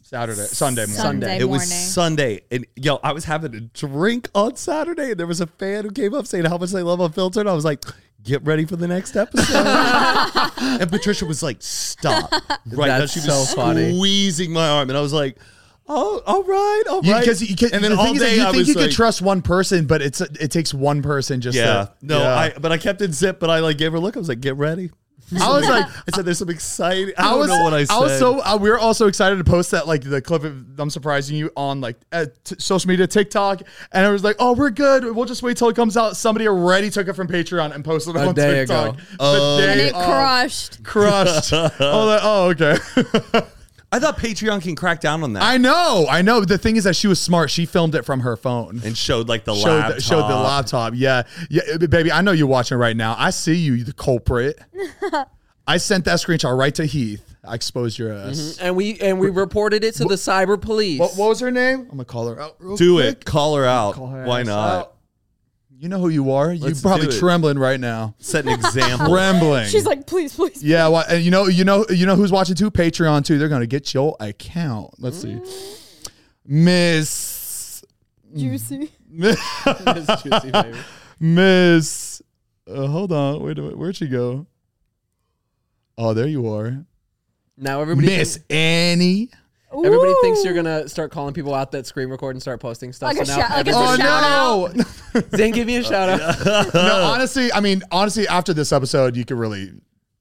[SPEAKER 3] Saturday, Sunday morning.
[SPEAKER 5] Sunday.
[SPEAKER 2] It was
[SPEAKER 5] morning.
[SPEAKER 2] Sunday. And yo, I was having a drink on Saturday and there was a fan who came up saying how much they love Unfiltered. I was like, get ready for the next episode. and Patricia was like, stop. Right. now
[SPEAKER 4] That's
[SPEAKER 2] she was
[SPEAKER 4] so funny.
[SPEAKER 2] squeezing my arm. And I was like, oh, all right, all right.
[SPEAKER 3] Because you can,
[SPEAKER 2] and then
[SPEAKER 3] the
[SPEAKER 2] all
[SPEAKER 3] thing is that
[SPEAKER 2] day
[SPEAKER 3] you
[SPEAKER 2] I
[SPEAKER 3] think
[SPEAKER 2] was
[SPEAKER 3] you can
[SPEAKER 2] like-
[SPEAKER 3] trust one person, but it's it takes one person just.
[SPEAKER 2] Yeah.
[SPEAKER 3] to-
[SPEAKER 2] No,
[SPEAKER 3] Yeah.
[SPEAKER 2] I but I kept it zip, but I like gave her a look. I was like, get ready.
[SPEAKER 3] I was like,
[SPEAKER 2] I said there's some exciting I,
[SPEAKER 3] I
[SPEAKER 2] don't
[SPEAKER 3] was,
[SPEAKER 2] know what I
[SPEAKER 3] I,
[SPEAKER 2] said.
[SPEAKER 3] was so uh, we were also excited to post that like the clip of them surprising you on like uh, t- social media, TikTok, and I was like, oh, we're good. We'll just wait till it comes out. Somebody already took it from Patreon and posted it
[SPEAKER 4] A
[SPEAKER 3] on
[SPEAKER 4] day
[SPEAKER 3] TikTok.
[SPEAKER 4] ago.
[SPEAKER 3] Oh,
[SPEAKER 5] And it crushed.
[SPEAKER 3] crushed. oh, that- oh, okay.
[SPEAKER 2] I thought Patreon can crack down on that.
[SPEAKER 3] I know, I know. The thing is that she was smart. She filmed it from her phone.
[SPEAKER 2] and showed like the
[SPEAKER 3] Showed
[SPEAKER 2] laptop.
[SPEAKER 3] the, showed the laptop. Yeah. Yeah. Baby, I know you're watching right now. I see you, you the culprit. I sent that screenshot right to Heath. I exposed your ass.
[SPEAKER 4] And we and we reported it to the cyber police.
[SPEAKER 3] What, what was her name? I'm gonna call her out. Real
[SPEAKER 2] Do
[SPEAKER 3] quick.
[SPEAKER 2] it. Call her out.
[SPEAKER 3] Call her
[SPEAKER 2] Why
[SPEAKER 3] ass
[SPEAKER 2] not?
[SPEAKER 3] out. You know who you are. You're
[SPEAKER 2] Let's
[SPEAKER 3] probably
[SPEAKER 2] do it.
[SPEAKER 3] trembling right now.
[SPEAKER 2] Set an example.
[SPEAKER 3] Trembling.
[SPEAKER 5] She's like, please, please.
[SPEAKER 3] yeah. Well, and you know, you know, you know who's watching too. Patreon too. They're gonna get your account. Let's see, Miss
[SPEAKER 4] Mm.
[SPEAKER 5] Juicy.
[SPEAKER 4] It's juicy, baby.
[SPEAKER 3] Miss. Uh, hold on. Wait a minute. Where'd she go? Oh, there you are,
[SPEAKER 4] Now everybody
[SPEAKER 3] Miss Annie.
[SPEAKER 4] everybody thinks you're gonna start calling people out that screen record and start posting stuff.
[SPEAKER 5] Like a
[SPEAKER 4] so
[SPEAKER 5] shout-
[SPEAKER 4] now
[SPEAKER 5] like it's a
[SPEAKER 3] Oh
[SPEAKER 4] everybody-
[SPEAKER 5] shout out.
[SPEAKER 3] no.
[SPEAKER 4] Zane, give
[SPEAKER 3] Oh,
[SPEAKER 4] me a shout out.
[SPEAKER 3] no, honestly, I mean, honestly, after this episode, you could really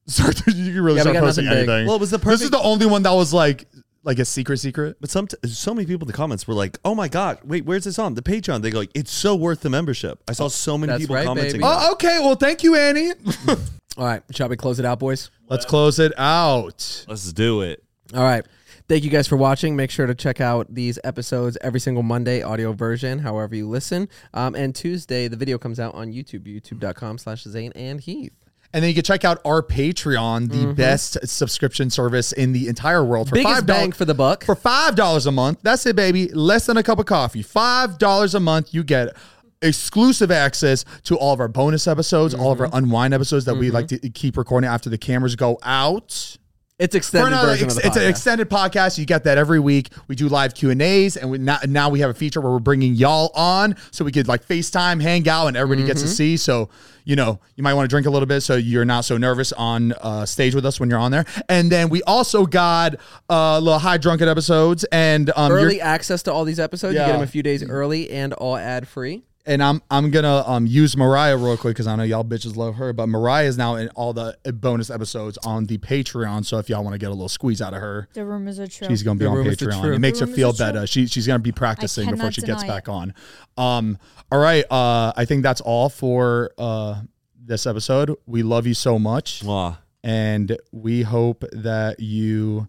[SPEAKER 3] start. You could really
[SPEAKER 4] Yeah, we
[SPEAKER 3] start
[SPEAKER 4] got
[SPEAKER 3] posting
[SPEAKER 4] nothing big.
[SPEAKER 3] anything.
[SPEAKER 2] Well, it was the
[SPEAKER 3] This is
[SPEAKER 2] perfect-
[SPEAKER 3] the only one that was like like a secret secret.
[SPEAKER 2] But some so many people in the comments were like, "Oh my god, wait, where's this on the Patreon?" They go, like, "It's so worth the membership." I saw so many
[SPEAKER 4] Oh, That's
[SPEAKER 2] people
[SPEAKER 4] right,
[SPEAKER 2] commenting.
[SPEAKER 4] baby.
[SPEAKER 2] that.
[SPEAKER 3] Oh, okay. Well, thank you, Annie.
[SPEAKER 4] All right, shall we close it out, boys?
[SPEAKER 3] Let's close it out.
[SPEAKER 2] Let's do it.
[SPEAKER 4] All right. Thank you guys for watching. Make sure to check out these episodes every single Monday, audio version, however you listen. Um, and Tuesday, the video comes out on YouTube, youtube.com slash Zane and Heath.
[SPEAKER 3] And then you can check out our Patreon, the best subscription service in the entire world for
[SPEAKER 4] Mm-hmm. Biggest
[SPEAKER 3] five
[SPEAKER 4] bang
[SPEAKER 3] dollars
[SPEAKER 4] for the buck.
[SPEAKER 3] for five dollars a month. That's it, baby. Less than a cup of coffee. Five dollars a month, you get exclusive access to all of our bonus episodes, all of
[SPEAKER 4] Mm-hmm.
[SPEAKER 3] our unwind episodes that we like to keep recording after the cameras go out.
[SPEAKER 4] It's
[SPEAKER 3] For
[SPEAKER 4] extended
[SPEAKER 3] another,
[SPEAKER 4] version
[SPEAKER 3] ex-
[SPEAKER 4] of the
[SPEAKER 3] it's an
[SPEAKER 4] podcast.
[SPEAKER 3] extended podcast. You get that every week. We do live Q and A's, and we now, now we have a feature where we're bringing y'all on, so we could like FaceTime, hang out, and everybody gets to
[SPEAKER 4] Mm-hmm.
[SPEAKER 3] see. So you know, you might want to drink a little bit, so you're not so nervous on uh, stage with us when you're on there. And then we also got uh, little high drunken episodes, and um, you're-
[SPEAKER 4] early access to all these episodes. You
[SPEAKER 3] Yeah.
[SPEAKER 4] get them a few days early and all ad free.
[SPEAKER 3] and I'm I'm gonna um, use Mariah real quick because I know y'all bitches love her, but Mariah is now in all the bonus episodes on the Patreon. So if y'all want to get a little squeeze out of her,
[SPEAKER 5] The room is a true.
[SPEAKER 3] She's gonna be
[SPEAKER 4] The
[SPEAKER 3] on
[SPEAKER 4] room is the
[SPEAKER 3] Patreon.
[SPEAKER 4] truth.
[SPEAKER 3] It makes
[SPEAKER 5] The
[SPEAKER 3] her
[SPEAKER 5] room is
[SPEAKER 3] feel
[SPEAKER 5] the truth.
[SPEAKER 3] better. She she's gonna be practicing before
[SPEAKER 5] cannot
[SPEAKER 3] she gets
[SPEAKER 5] deny
[SPEAKER 3] back on. Um. All right. Uh. I think that's all for uh this episode. We love you so much,
[SPEAKER 2] Mwah.
[SPEAKER 3] and we hope that you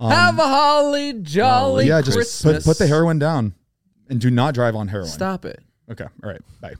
[SPEAKER 4] Have a holly jolly
[SPEAKER 3] Um, yeah just put
[SPEAKER 4] Christmas.
[SPEAKER 3] put the heroin down and do not drive on heroin.
[SPEAKER 4] Stop it.
[SPEAKER 3] Okay. All right. Bye.